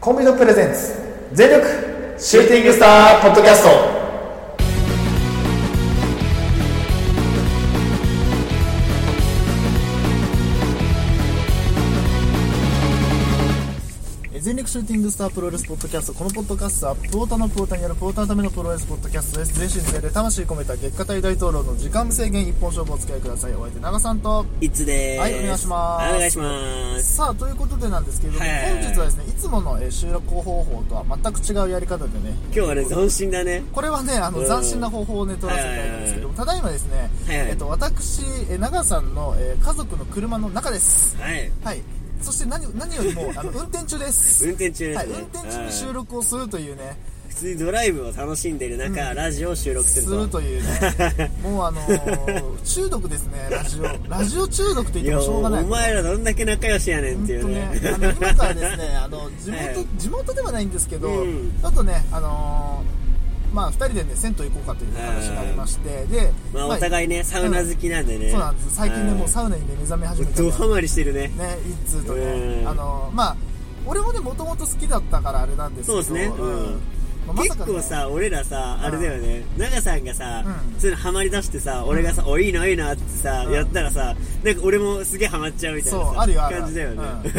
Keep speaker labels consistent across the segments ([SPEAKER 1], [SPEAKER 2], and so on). [SPEAKER 1] コンビのプレゼンツ全力シューティングスターポッドキャスト全力シューティングスタープロレスポッドキャストこのポッドキャストはプオータのプオータによるプオータのためのプロレスポッドキャストです全身全霊魂込めた月下大大統領の時間無制限一本勝負お付き合いくださいお相手長さんと
[SPEAKER 2] いつでーす。
[SPEAKER 1] はいお願いします
[SPEAKER 2] はいお願いします。
[SPEAKER 1] さあということでなんですけれども、
[SPEAKER 2] はいはいはい
[SPEAKER 1] 本日はですねいつものえー収録方法とは全く違うやり方でね
[SPEAKER 2] 今日はね、斬新だね。
[SPEAKER 1] これはねあの
[SPEAKER 2] うん
[SPEAKER 1] 斬新な方法をね取らせていただいたんですけどもただいまですね、
[SPEAKER 2] はいはい
[SPEAKER 1] えっと私えー長さんの、えー家族の車の中です
[SPEAKER 2] はい。
[SPEAKER 1] はいそして何何よりもあの運転中です
[SPEAKER 2] 運転中で
[SPEAKER 1] はい、
[SPEAKER 2] すね。
[SPEAKER 1] 運転中に収
[SPEAKER 2] はい
[SPEAKER 1] 録をするというね
[SPEAKER 2] 普通にドライブを楽しんでる中、ラジオを収録す
[SPEAKER 1] す
[SPEAKER 2] る
[SPEAKER 1] る
[SPEAKER 2] と。
[SPEAKER 1] というねもうあのー中毒ですねラジオラジオ中毒と言っ
[SPEAKER 2] い
[SPEAKER 1] て
[SPEAKER 2] や、
[SPEAKER 1] もしょう
[SPEAKER 2] お
[SPEAKER 1] がない
[SPEAKER 2] 前らどんだけ仲良しやねんって
[SPEAKER 1] 本
[SPEAKER 2] い
[SPEAKER 1] 当
[SPEAKER 2] う
[SPEAKER 1] ね
[SPEAKER 2] ね。、
[SPEAKER 1] あの今からですね、あの地
[SPEAKER 2] は
[SPEAKER 1] 元
[SPEAKER 2] い
[SPEAKER 1] 地元ではないんですけど、
[SPEAKER 2] うん
[SPEAKER 1] ちょっとね、あのーまあ2人でね銭湯行こうかという話になりまして、で、
[SPEAKER 2] まあ、お互いね、サウナ好きなんでね。
[SPEAKER 1] そうなんです。最近ね
[SPEAKER 2] はい
[SPEAKER 1] もうサウナにね目覚め始めた
[SPEAKER 2] ド
[SPEAKER 1] か
[SPEAKER 2] ハマりしてるね。
[SPEAKER 1] らね、いつとね
[SPEAKER 2] う、ん
[SPEAKER 1] あのーまあ俺もねもともと好きだったからあれなんですけど、
[SPEAKER 2] そうですねうん
[SPEAKER 1] まあまさ
[SPEAKER 2] 結
[SPEAKER 1] かね
[SPEAKER 2] 構さ、俺らさ、あれだよね、長さんがさ、
[SPEAKER 1] うん
[SPEAKER 2] 普通にハマり出してさ、俺がさ、お、いいな、いいなってさ、
[SPEAKER 1] うん
[SPEAKER 2] やったらさ、なんか俺もすげえハマっちゃうみたいな
[SPEAKER 1] そう
[SPEAKER 2] さ
[SPEAKER 1] あるよある
[SPEAKER 2] 感じだよね。
[SPEAKER 1] まあ、とい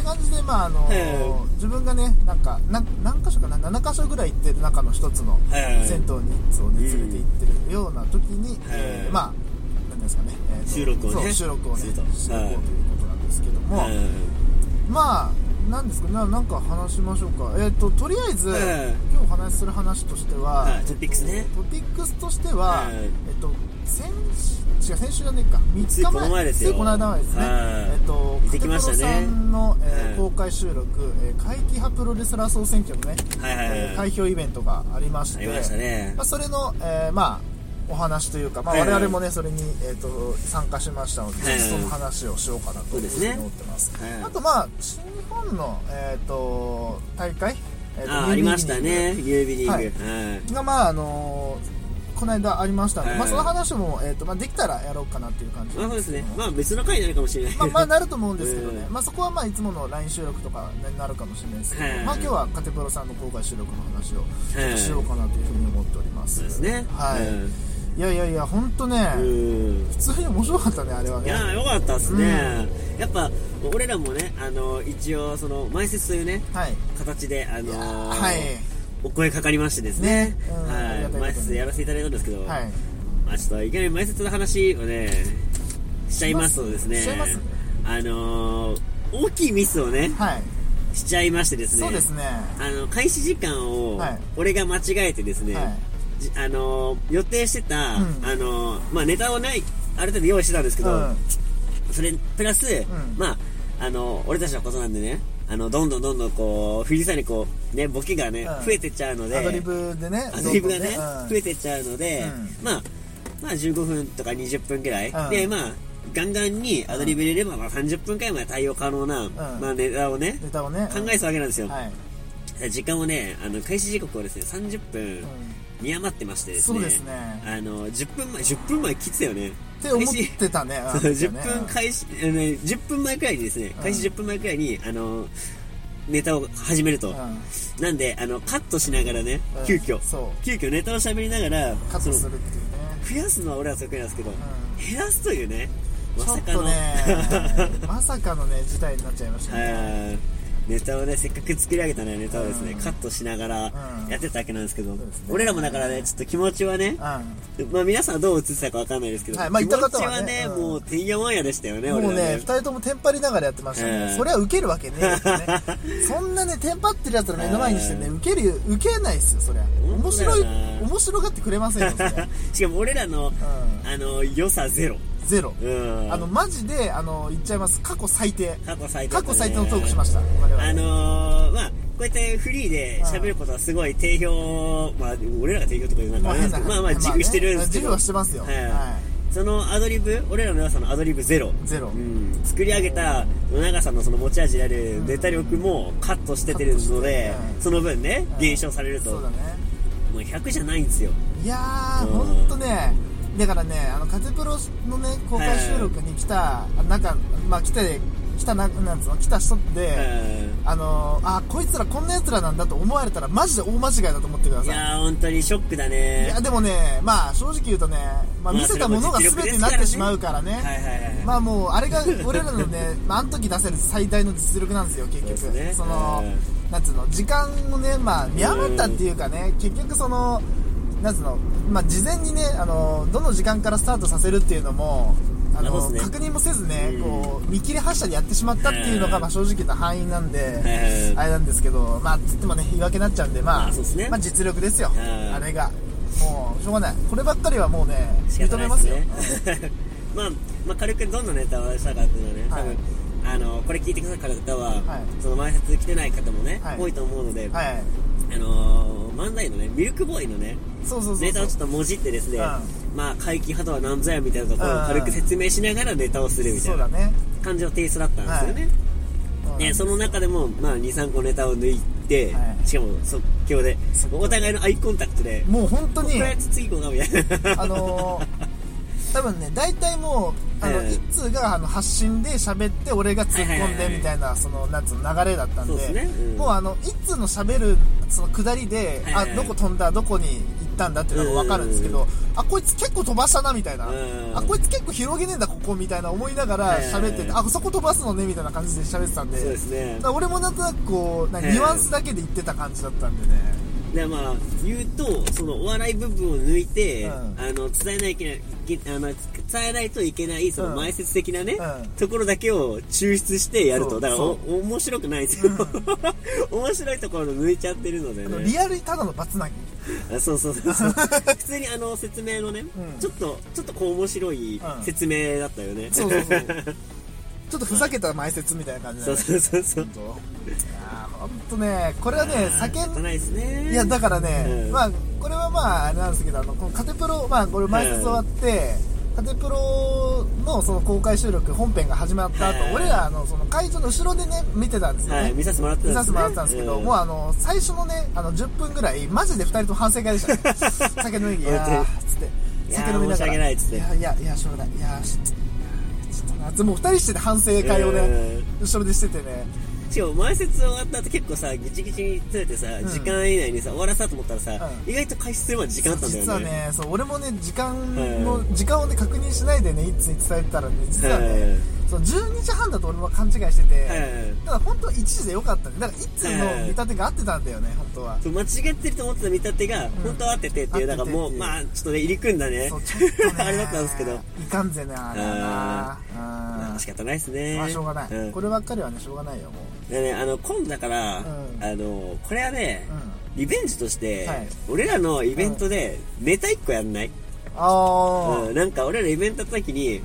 [SPEAKER 1] う感じで、まああのー
[SPEAKER 2] は
[SPEAKER 1] 自分がねなんかな何箇所かな7箇所ぐらい行ってる中の一つの
[SPEAKER 2] はいはいはい
[SPEAKER 1] 銭湯にそう、ね、
[SPEAKER 2] う
[SPEAKER 1] 連
[SPEAKER 2] ん
[SPEAKER 1] れて行ってるような時に、えー
[SPEAKER 2] はい
[SPEAKER 1] まあ何ですかね、えーと
[SPEAKER 2] 収録をね
[SPEAKER 1] そう収録をね
[SPEAKER 2] す
[SPEAKER 1] し
[SPEAKER 2] る
[SPEAKER 1] て
[SPEAKER 2] と
[SPEAKER 1] いこうということなんですけども、
[SPEAKER 2] う
[SPEAKER 1] まあ何ですかねなんか話しましょうかえっ、ととりあえず、
[SPEAKER 2] はい
[SPEAKER 1] 今日お話しする話としては、
[SPEAKER 2] はいトピックスね
[SPEAKER 1] トピックスとしては、
[SPEAKER 2] はい
[SPEAKER 1] えっ、と先週違う先週じゃねえか
[SPEAKER 2] つい
[SPEAKER 1] 3日前
[SPEAKER 2] この前ですよ
[SPEAKER 1] ついこの間前ですね、
[SPEAKER 2] はい
[SPEAKER 1] えっ、と
[SPEAKER 2] 行ってきましたね
[SPEAKER 1] カテプロさんの、えー
[SPEAKER 2] はい
[SPEAKER 1] 公開収録、えー、会期派プロレスラー総選挙のね、
[SPEAKER 2] んはいはいはい
[SPEAKER 1] えー開票イベントがありまして
[SPEAKER 2] ありましたね
[SPEAKER 1] まあ、それの、えーまあお話というか、まあ、
[SPEAKER 2] はい
[SPEAKER 1] 我
[SPEAKER 2] はい
[SPEAKER 1] 々もね、それに、えっ、と、参加しましたので、
[SPEAKER 2] はいはい
[SPEAKER 1] その話をしようかなと
[SPEAKER 2] そう
[SPEAKER 1] いう
[SPEAKER 2] です
[SPEAKER 1] ふう
[SPEAKER 2] ね
[SPEAKER 1] に思ってます。
[SPEAKER 2] はい
[SPEAKER 1] あと、まあ、新日本の、えっ、と、大会、えーと
[SPEAKER 2] あありました。ね、ユービリング。
[SPEAKER 1] は
[SPEAKER 2] はいい。
[SPEAKER 1] が、まあ、あのーこの間ありましたので、
[SPEAKER 2] はい
[SPEAKER 1] まあ、その話も、えっ、と、まあ、できたらやろうかなっていう感じ
[SPEAKER 2] ま
[SPEAKER 1] な
[SPEAKER 2] あ
[SPEAKER 1] ん
[SPEAKER 2] そうです
[SPEAKER 1] けど
[SPEAKER 2] ね
[SPEAKER 1] も。
[SPEAKER 2] まあ別の回になるかもしれない。
[SPEAKER 1] まあ、まあなると思うんですけどね、
[SPEAKER 2] うん
[SPEAKER 1] まあそこはまあいつもの LINE 収録とかになるかもしれないですけど、
[SPEAKER 2] はい
[SPEAKER 1] まあ今日はカテプロさんの公開収録の話をちょっ
[SPEAKER 2] は
[SPEAKER 1] と
[SPEAKER 2] い
[SPEAKER 1] しようかなというふうに思っております。
[SPEAKER 2] そうですね。
[SPEAKER 1] はい。
[SPEAKER 2] うん
[SPEAKER 1] いやいやいや、本当ね、
[SPEAKER 2] うん
[SPEAKER 1] 普通に面白かったね、あれはいね。
[SPEAKER 2] やーよかったっすね。やっぱ、俺らもね、あの、一応、その、前説というね、
[SPEAKER 1] はい。
[SPEAKER 2] 形で、あ
[SPEAKER 1] い
[SPEAKER 2] の
[SPEAKER 1] や
[SPEAKER 2] ー
[SPEAKER 1] ーはい。
[SPEAKER 2] お声かかりましてですね
[SPEAKER 1] ね。うんありが
[SPEAKER 2] は
[SPEAKER 1] たいこと
[SPEAKER 2] い。
[SPEAKER 1] に
[SPEAKER 2] 前説やらせていただいたんですけど、
[SPEAKER 1] はい。
[SPEAKER 2] まあちょっといきなり前説の話をね、しちゃいますとですね、
[SPEAKER 1] しちゃいます
[SPEAKER 2] あのー大きいミスをね、
[SPEAKER 1] はい。
[SPEAKER 2] しちゃいましてですね。
[SPEAKER 1] そうですね。は
[SPEAKER 2] あの開始時間を
[SPEAKER 1] はい
[SPEAKER 2] 俺が間違えてですね、じあの予定してた、
[SPEAKER 1] うん
[SPEAKER 2] あのまあ、ネタをないある程度用意してたんです
[SPEAKER 1] い。
[SPEAKER 2] け
[SPEAKER 1] う
[SPEAKER 2] ど、
[SPEAKER 1] ん。
[SPEAKER 2] それプラス、
[SPEAKER 1] ん
[SPEAKER 2] まあ、あの俺たちのことなんでねあのどんどんどんどんこう藤井さんにこう、ね、ボケがね、
[SPEAKER 1] うん
[SPEAKER 2] 増えてっちゃうので
[SPEAKER 1] アドリブでね。
[SPEAKER 2] アドリブがね
[SPEAKER 1] どんどん
[SPEAKER 2] 増えてっちゃうので、
[SPEAKER 1] う
[SPEAKER 2] まあ、まあ15分とか20分くらい、
[SPEAKER 1] うん
[SPEAKER 2] でまあガンガンにアドリブ入れれば、まあ、30分くらいまで対応可能な、まあ、ネタをね
[SPEAKER 1] うんネタをね。
[SPEAKER 2] 考えてたわけなんですよ、
[SPEAKER 1] はい。
[SPEAKER 2] 時間をねあの開始時刻をですね30分見余ってましてです
[SPEAKER 1] そ
[SPEAKER 2] ね、
[SPEAKER 1] うですね
[SPEAKER 2] あの10分前10分前切ってたよね
[SPEAKER 1] って思ってたね。
[SPEAKER 2] 開始10分
[SPEAKER 1] か
[SPEAKER 2] 開始、あのね10分前くらいにですね
[SPEAKER 1] うん
[SPEAKER 2] 開始10分前くらいに、あのネタを始めると、なんであのカットしながらね、
[SPEAKER 1] うん
[SPEAKER 2] 急遽
[SPEAKER 1] そう
[SPEAKER 2] 急遽ネタを喋りながら
[SPEAKER 1] カッ
[SPEAKER 2] そ
[SPEAKER 1] ト
[SPEAKER 2] の
[SPEAKER 1] するっていうね。
[SPEAKER 2] 増やすのは俺は得意なんですけど、
[SPEAKER 1] う
[SPEAKER 2] 減らすというねま
[SPEAKER 1] ちょ
[SPEAKER 2] さ
[SPEAKER 1] っ
[SPEAKER 2] か
[SPEAKER 1] と
[SPEAKER 2] の、
[SPEAKER 1] ね、 まさかのね、事態になっちゃいましたね。
[SPEAKER 2] はいネタをねせっかく作り上げたねネタをですね、
[SPEAKER 1] うん
[SPEAKER 2] カットしながら
[SPEAKER 1] うん
[SPEAKER 2] やってたわけなんですけ
[SPEAKER 1] そ
[SPEAKER 2] ど、
[SPEAKER 1] うですね
[SPEAKER 2] 俺らもだからねちょっと気持ちはね
[SPEAKER 1] う、ん。
[SPEAKER 2] まあ皆さんどう映ってたかわかんないですけど、
[SPEAKER 1] はいまあ
[SPEAKER 2] 気
[SPEAKER 1] 言った
[SPEAKER 2] 持
[SPEAKER 1] こと
[SPEAKER 2] ち
[SPEAKER 1] は
[SPEAKER 2] は
[SPEAKER 1] ね
[SPEAKER 2] ね、
[SPEAKER 1] うん
[SPEAKER 2] もうてんやわんやでしたよね
[SPEAKER 1] もう
[SPEAKER 2] 俺ら
[SPEAKER 1] ね、二人ともテンパりながらやってましたね。
[SPEAKER 2] うん
[SPEAKER 1] それはウケるわけねえよね。 そんなね、テンパってるやつら目の前にしてね、
[SPEAKER 2] う
[SPEAKER 1] ウケる、ウケないっすよ、そりゃ。
[SPEAKER 2] 本
[SPEAKER 1] 面
[SPEAKER 2] 当だ
[SPEAKER 1] 白い、
[SPEAKER 2] よな
[SPEAKER 1] 面白がってくれませんよ、それ。 うん。
[SPEAKER 2] しかも俺らの、あの良さゼロ
[SPEAKER 1] ゼロ。
[SPEAKER 2] うん
[SPEAKER 1] あの、マジで、あの、言っちゃいます。過去最低。
[SPEAKER 2] 過去最低だ
[SPEAKER 1] 過去
[SPEAKER 2] ったね、
[SPEAKER 1] 最低のトークしました。我々。
[SPEAKER 2] あのー、まあこうやってフリーで喋ることはすごい定評まあ俺らが定評とかいうなんか
[SPEAKER 1] まあ
[SPEAKER 2] あれなん
[SPEAKER 1] 変
[SPEAKER 2] で
[SPEAKER 1] な
[SPEAKER 2] す
[SPEAKER 1] 話。
[SPEAKER 2] けどまあまあ自負してるんですけ
[SPEAKER 1] 自
[SPEAKER 2] ど、
[SPEAKER 1] 負はしてますよ。
[SPEAKER 2] は
[SPEAKER 1] はいい。
[SPEAKER 2] そのアドリブ俺らの良さのアドリブゼロ
[SPEAKER 1] ゼロ
[SPEAKER 2] うん、作り上げた野永さんのその持ち味であるネタ力もカットしててる
[SPEAKER 1] カッ
[SPEAKER 2] ので
[SPEAKER 1] トしてね
[SPEAKER 2] その分ね
[SPEAKER 1] うん
[SPEAKER 2] 減少されると
[SPEAKER 1] そうだ
[SPEAKER 2] も
[SPEAKER 1] ね。
[SPEAKER 2] う100じゃないんですよ
[SPEAKER 1] いやー、
[SPEAKER 2] うん
[SPEAKER 1] ほんとね、だからね、あの、カテプロのね、公開収録に来た中、まあ来て来たななんつうの来た人って、
[SPEAKER 2] うん
[SPEAKER 1] あのーあこいつらこんな奴らなんだと思われたらマジで大間違いだと思ってくだ
[SPEAKER 2] い
[SPEAKER 1] さい
[SPEAKER 2] やー本当にショックだね
[SPEAKER 1] いやでもねまあ正直言うとね、まあ、見せたものが全てになってしまうから
[SPEAKER 2] はいはい
[SPEAKER 1] ね
[SPEAKER 2] はい
[SPEAKER 1] まあもうあれが俺らのね まああの時出せる最大の実力なんですよ結局
[SPEAKER 2] そ
[SPEAKER 1] そ,、
[SPEAKER 2] うですね
[SPEAKER 1] の
[SPEAKER 2] う
[SPEAKER 1] なんつうの時間をねまあ見余ったっていうかね結局そのなんつうのまあ事前にねあのどの時間からスタートさせるっていうのもあ
[SPEAKER 2] まあそ
[SPEAKER 1] の
[SPEAKER 2] うですね
[SPEAKER 1] 確認もせずね
[SPEAKER 2] うん
[SPEAKER 1] こう見切り発車でやってしまったっていうの
[SPEAKER 2] う
[SPEAKER 1] が
[SPEAKER 2] ん
[SPEAKER 1] まあ正直な範囲なんで
[SPEAKER 2] うん
[SPEAKER 1] あれなんですけどまあつってもね言い訳になっちゃうんでま
[SPEAKER 2] ま
[SPEAKER 1] あ
[SPEAKER 2] あそうですね
[SPEAKER 1] まあ実力ですよ
[SPEAKER 2] うん
[SPEAKER 1] あれがもうしょうがないこればっかりはもうね
[SPEAKER 2] 仕
[SPEAKER 1] 認
[SPEAKER 2] 方な
[SPEAKER 1] め
[SPEAKER 2] い
[SPEAKER 1] ますよ
[SPEAKER 2] ですね まあ、まあ、軽くどんなネタをしたかっていうのはね、
[SPEAKER 1] はい
[SPEAKER 2] 多分あのこれ聞いてくださった方は、
[SPEAKER 1] はい
[SPEAKER 2] その前説来てない方もね、
[SPEAKER 1] はい
[SPEAKER 2] 多いと思うので、
[SPEAKER 1] はい
[SPEAKER 2] あのー漫才のねミルクボーイのね
[SPEAKER 1] そうそうそう
[SPEAKER 2] ネタ
[SPEAKER 1] そう
[SPEAKER 2] をちょっともじってですね、
[SPEAKER 1] うん
[SPEAKER 2] まあ怪奇派とは何ぞやみたいなところを軽く説明しながらネタをするみた
[SPEAKER 1] そ
[SPEAKER 2] いう
[SPEAKER 1] だ
[SPEAKER 2] な
[SPEAKER 1] ね
[SPEAKER 2] 感じのテイストだったんですよね、
[SPEAKER 1] うん
[SPEAKER 2] でその中でも、まあ、23個ネタを抜いて、
[SPEAKER 1] はい
[SPEAKER 2] しかも即興でお互いのアイコンタクトで
[SPEAKER 1] もう本当
[SPEAKER 2] これ
[SPEAKER 1] に
[SPEAKER 2] やつ次行こうかみたいな
[SPEAKER 1] あのー多分ね大体もうあの、
[SPEAKER 2] ええ
[SPEAKER 1] 一通があの発信で喋って俺が突っ
[SPEAKER 2] は
[SPEAKER 1] 込ん
[SPEAKER 2] いはいはい
[SPEAKER 1] で
[SPEAKER 2] はい
[SPEAKER 1] みたいなそのなんつうの流れだったん
[SPEAKER 2] そうで
[SPEAKER 1] です
[SPEAKER 2] ねうん
[SPEAKER 1] もうあの一通の喋るその下りで、
[SPEAKER 2] はいはいはい
[SPEAKER 1] あどこ飛んだどこに行ったんだっていうのが分かるんですけど、
[SPEAKER 2] うん
[SPEAKER 1] あこいつ結構飛ばしたなみたいな、
[SPEAKER 2] うん
[SPEAKER 1] あこいつ結構広げねえんだここみたいな思いながら喋ってて、
[SPEAKER 2] はいはいは
[SPEAKER 1] あそこ飛ばすのねみたいな感じで喋ってたんで
[SPEAKER 2] そうですね
[SPEAKER 1] だから俺もなんとなくこうなんかニュアンスだけで言ってた感じだったんでね、
[SPEAKER 2] でまあ言うとそのお笑い部分を抜いて、
[SPEAKER 1] うん
[SPEAKER 2] あの伝えないけないいけあの伝えないといけないそ
[SPEAKER 1] うん
[SPEAKER 2] の前説的なね、
[SPEAKER 1] うん
[SPEAKER 2] ところだけを抽出してやる
[SPEAKER 1] そう
[SPEAKER 2] とだからお
[SPEAKER 1] そ
[SPEAKER 2] 面白くないんですよ、 面白いところを抜いちゃってるので
[SPEAKER 1] あの
[SPEAKER 2] ね
[SPEAKER 1] リアルにただの罰なぎ
[SPEAKER 2] あそうそうそうそう普通にあの説明のね、
[SPEAKER 1] ん
[SPEAKER 2] ちょっとちょっとこう面白い
[SPEAKER 1] うん
[SPEAKER 2] 説明だったよね、
[SPEAKER 1] そうそうそうちょっとふざけた前説みたいな感じだ
[SPEAKER 2] そう
[SPEAKER 1] ね
[SPEAKER 2] そうそうそう
[SPEAKER 1] 本当いやーほんとねこれはね
[SPEAKER 2] あー仕方
[SPEAKER 1] 叫
[SPEAKER 2] ないですね
[SPEAKER 1] んいやだからね、
[SPEAKER 2] うん
[SPEAKER 1] まあこれはまああれなんですけどあのこのカテプロまあこれ前説終わって、カテプロのその公開収録本編が始まった後、
[SPEAKER 2] はい
[SPEAKER 1] 俺らあのその会場の後ろでね見てたんですよね、
[SPEAKER 2] はい、見させてもらってた
[SPEAKER 1] 見
[SPEAKER 2] ん
[SPEAKER 1] させ
[SPEAKER 2] で
[SPEAKER 1] て
[SPEAKER 2] すね
[SPEAKER 1] もらってたんですけど、
[SPEAKER 2] うん
[SPEAKER 1] もうあの最初のねあの10分ぐらいマジで2人とも反省会でした ね酒飲みいやーっつって
[SPEAKER 2] いやー
[SPEAKER 1] 酒飲みなが
[SPEAKER 2] 申し
[SPEAKER 1] ら
[SPEAKER 2] 訳ないっつって
[SPEAKER 1] いやいやいやしょうがないいやーしちょっとなでもう2人してて反省会をね
[SPEAKER 2] う
[SPEAKER 1] 後ろでしててね
[SPEAKER 2] しかも前説終わった後結構さギチギチに詰めてさ、
[SPEAKER 1] ん
[SPEAKER 2] 時間以内にさ終わらせたと思ったらさ、
[SPEAKER 1] うん
[SPEAKER 2] 意外と開始するまで時間あったんだよね
[SPEAKER 1] 実はねそう俺もね時間の、
[SPEAKER 2] う
[SPEAKER 1] 時間をね確認しないでねいつに伝えてたらね実はね
[SPEAKER 2] う、
[SPEAKER 1] そう12時半だと俺も勘違いしてて、
[SPEAKER 2] うん
[SPEAKER 1] ただ本当は1時でよかったねだから1通の見立てが合ってたんだよね本当は
[SPEAKER 2] そう間違ってると思ってた見立てが、本当は合っててっていう
[SPEAKER 1] 合
[SPEAKER 2] だ
[SPEAKER 1] ってて
[SPEAKER 2] から
[SPEAKER 1] っ
[SPEAKER 2] もう
[SPEAKER 1] ていう
[SPEAKER 2] まあちょっとね入り組んだね
[SPEAKER 1] そうちょっとね
[SPEAKER 2] あれだったんですけど
[SPEAKER 1] いかんぜねあれはな
[SPEAKER 2] ま
[SPEAKER 1] う
[SPEAKER 2] あ
[SPEAKER 1] ん
[SPEAKER 2] 仕方ないですね
[SPEAKER 1] まあしょうがない、
[SPEAKER 2] うん
[SPEAKER 1] こればっかりはねしょうがないよも
[SPEAKER 2] でねあの今度だから、
[SPEAKER 1] ん
[SPEAKER 2] あのこれはね、
[SPEAKER 1] うん
[SPEAKER 2] リベンジとして、
[SPEAKER 1] はい
[SPEAKER 2] 俺らのイベントでネタ一個やんない、
[SPEAKER 1] うああ
[SPEAKER 2] うんなんか俺らイベントやった時に、
[SPEAKER 1] うん、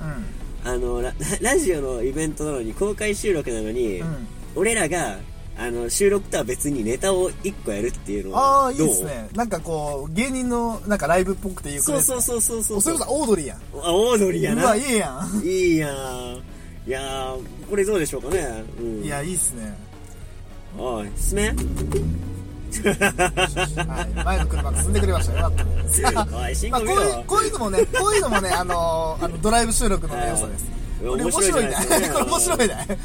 [SPEAKER 2] あのラ ラジオのイベントなのに公開収録なのに、
[SPEAKER 1] うん
[SPEAKER 2] 俺らがあの収録とは別にネタを1個やるっていうの
[SPEAKER 1] ああ
[SPEAKER 2] はい
[SPEAKER 1] い
[SPEAKER 2] どう
[SPEAKER 1] ですねなんかこう芸人のなんかライブっぽくていうか、ね、
[SPEAKER 2] そうそうそうそうそう
[SPEAKER 1] それこそオードリーやん
[SPEAKER 2] あオードリーや
[SPEAKER 1] うわ
[SPEAKER 2] ない
[SPEAKER 1] いやん、
[SPEAKER 2] いやんいやーこれどうでしょうかね、うん、
[SPEAKER 1] いやいいっすね
[SPEAKER 2] おいすめ
[SPEAKER 1] はい、前の車が進んでくれましたよかったね
[SPEAKER 2] おい進
[SPEAKER 1] まあ、こ
[SPEAKER 2] 行見
[SPEAKER 1] う
[SPEAKER 2] ろ
[SPEAKER 1] いうこういうのもねこういうのもねあのあのドライブ収録の、ね、良さです
[SPEAKER 2] うん
[SPEAKER 1] これ面
[SPEAKER 2] 面白い
[SPEAKER 1] 白い
[SPEAKER 2] じ
[SPEAKER 1] ね
[SPEAKER 2] ゃないです か
[SPEAKER 1] これ面白いね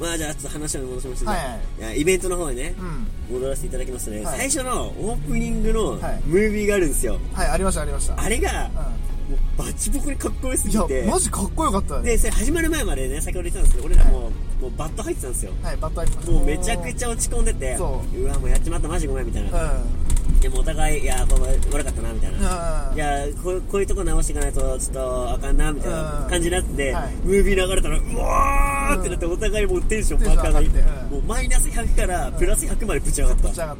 [SPEAKER 2] まあじゃあちょっと話を戻しまして、
[SPEAKER 1] はいはい
[SPEAKER 2] いやイベントの方にね
[SPEAKER 1] う、ん
[SPEAKER 2] 戻らせていただきますとね、
[SPEAKER 1] はい
[SPEAKER 2] 最初のオープニングのム
[SPEAKER 1] はい
[SPEAKER 2] ービーがあるんですよ、
[SPEAKER 1] はいありましたありました
[SPEAKER 2] あれが、
[SPEAKER 1] ん
[SPEAKER 2] もうバチボコにかっこよすぎ
[SPEAKER 1] い
[SPEAKER 2] て
[SPEAKER 1] やマジかっこよかったよね
[SPEAKER 2] でそれ始まる前までね先ほど言ったんですけど俺らもう,、もうバット入ってたんですよ
[SPEAKER 1] はいバッドアイス
[SPEAKER 2] もうめちゃくちゃ落ち込んでて
[SPEAKER 1] そう
[SPEAKER 2] わもうやっちまったマジごめんみたいな、
[SPEAKER 1] ゃうん
[SPEAKER 2] でもお互いいやこれ悪かったなみたいな、
[SPEAKER 1] うん
[SPEAKER 2] いやこうこういうとこ直していかないとちょっとあかんなみたいな感じになってて、
[SPEAKER 1] うんはい
[SPEAKER 2] ムービー流れたらうわーってなってお互いもうテンション爆上がり、
[SPEAKER 1] テンション上がって
[SPEAKER 2] もうマイナス100からプラス100までぶち上がった、
[SPEAKER 1] 立ち
[SPEAKER 2] いや
[SPEAKER 1] 上が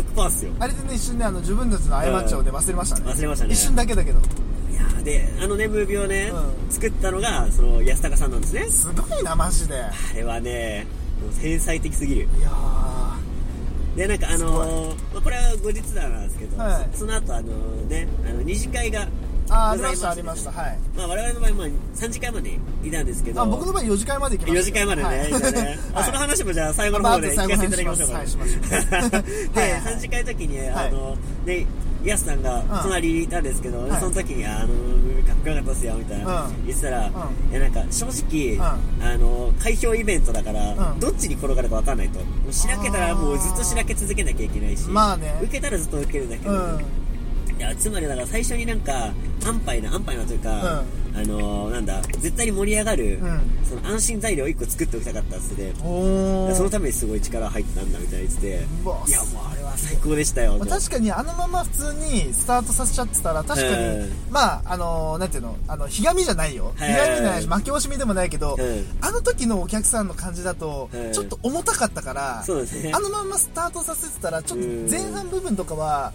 [SPEAKER 1] った
[SPEAKER 2] 200%っすよ
[SPEAKER 1] あれでね一瞬ねあの自分たちの過ちをね忘れましたね
[SPEAKER 2] 忘れましたね
[SPEAKER 1] 一瞬だけだけど
[SPEAKER 2] いやーであのねムービーをね、
[SPEAKER 1] うん
[SPEAKER 2] 作ったのがその安高さんなんですね
[SPEAKER 1] すごいなマジでいや
[SPEAKER 2] あれはねもう天才的すぎる
[SPEAKER 1] ー
[SPEAKER 2] でなんかあのーまあ、これは後日談なんですけど、
[SPEAKER 1] はい
[SPEAKER 2] そその後あのーねあの二次会が
[SPEAKER 1] あーあ
[SPEAKER 2] ご
[SPEAKER 1] りま
[SPEAKER 2] ざい
[SPEAKER 1] したあ
[SPEAKER 2] して
[SPEAKER 1] りましたはい
[SPEAKER 2] まあ、我々の場合、まあ、3次会までいたんですけど
[SPEAKER 1] あ僕の場合4時間まで行きました
[SPEAKER 2] 4次会までね、い たねあその話もじゃあ最後の
[SPEAKER 1] まあ
[SPEAKER 2] 方
[SPEAKER 1] 後で
[SPEAKER 2] で
[SPEAKER 1] 最
[SPEAKER 2] 聞
[SPEAKER 1] 後
[SPEAKER 2] か
[SPEAKER 1] の
[SPEAKER 2] せて
[SPEAKER 1] 話
[SPEAKER 2] いただきましょうか、
[SPEAKER 1] しますはいします
[SPEAKER 2] で、
[SPEAKER 1] はいはい
[SPEAKER 2] 3次会の時にね、
[SPEAKER 1] はい
[SPEAKER 2] あのねヤスさんが
[SPEAKER 1] ん
[SPEAKER 2] 隣にいたんですけど、
[SPEAKER 1] はい
[SPEAKER 2] その時に、あのー、かっこよかったっすよ、みたいな、
[SPEAKER 1] うん
[SPEAKER 2] 言ってたら、
[SPEAKER 1] ん
[SPEAKER 2] いや、なんか、正直、
[SPEAKER 1] ん
[SPEAKER 2] あのー、開票イベントだから、
[SPEAKER 1] うん
[SPEAKER 2] どっちに転がるかわかんないと。もうしなけたら、もうずっとしなけ続けなきゃいけないし、
[SPEAKER 1] まあね
[SPEAKER 2] 受けたらずっと受けるんだけ
[SPEAKER 1] う
[SPEAKER 2] ど、
[SPEAKER 1] ん
[SPEAKER 2] いや、つまりだから最初になんか、安牌な、安牌なというか、あのー、なんだ、絶対に盛り上がる、
[SPEAKER 1] うん
[SPEAKER 2] その安心材料を1個作っておきたかったっすね。
[SPEAKER 1] おー
[SPEAKER 2] そのためにすごい力入ってたんだみたいに言ってて
[SPEAKER 1] うわ
[SPEAKER 2] いやもうあれは最高でしたよ
[SPEAKER 1] まあ確かにあのまま普通にスタートさせちゃってたら確かに、
[SPEAKER 2] うん
[SPEAKER 1] まああのなんていうのあのひがみじゃないよひが
[SPEAKER 2] うん
[SPEAKER 1] みじゃないし負け惜しみでもないけど、
[SPEAKER 2] うん
[SPEAKER 1] あの時のお客さんの感じだと
[SPEAKER 2] うん
[SPEAKER 1] ちょっと重たかったから、
[SPEAKER 2] そうですね
[SPEAKER 1] あのままスタートさせてたらちょっと前半部分とかは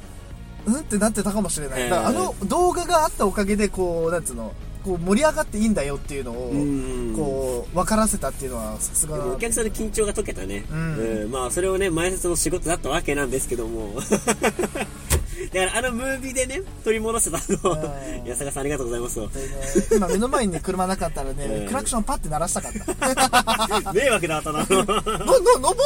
[SPEAKER 1] うんってなってたかもしれないだからあ
[SPEAKER 2] うん
[SPEAKER 1] の動画があったおかげでこうなんつうのこう盛り上がっていいんだよっていうのを
[SPEAKER 2] うん
[SPEAKER 1] こう分からせたっていうのはさすが
[SPEAKER 2] で
[SPEAKER 1] だな
[SPEAKER 2] もお客さんの緊張が解けたね、
[SPEAKER 1] うん
[SPEAKER 2] うんまあそれをね前説の仕事だったわけなんですけど もだからあのムービーでね取り戻せた
[SPEAKER 1] う
[SPEAKER 2] の
[SPEAKER 1] ん
[SPEAKER 2] 安坂さんありがとうございます
[SPEAKER 1] 本当にね今目の前にね車なかったらね、
[SPEAKER 2] うん
[SPEAKER 1] クラクションパッて鳴らしたかった
[SPEAKER 2] 迷惑だった なも
[SPEAKER 1] な、な、なんも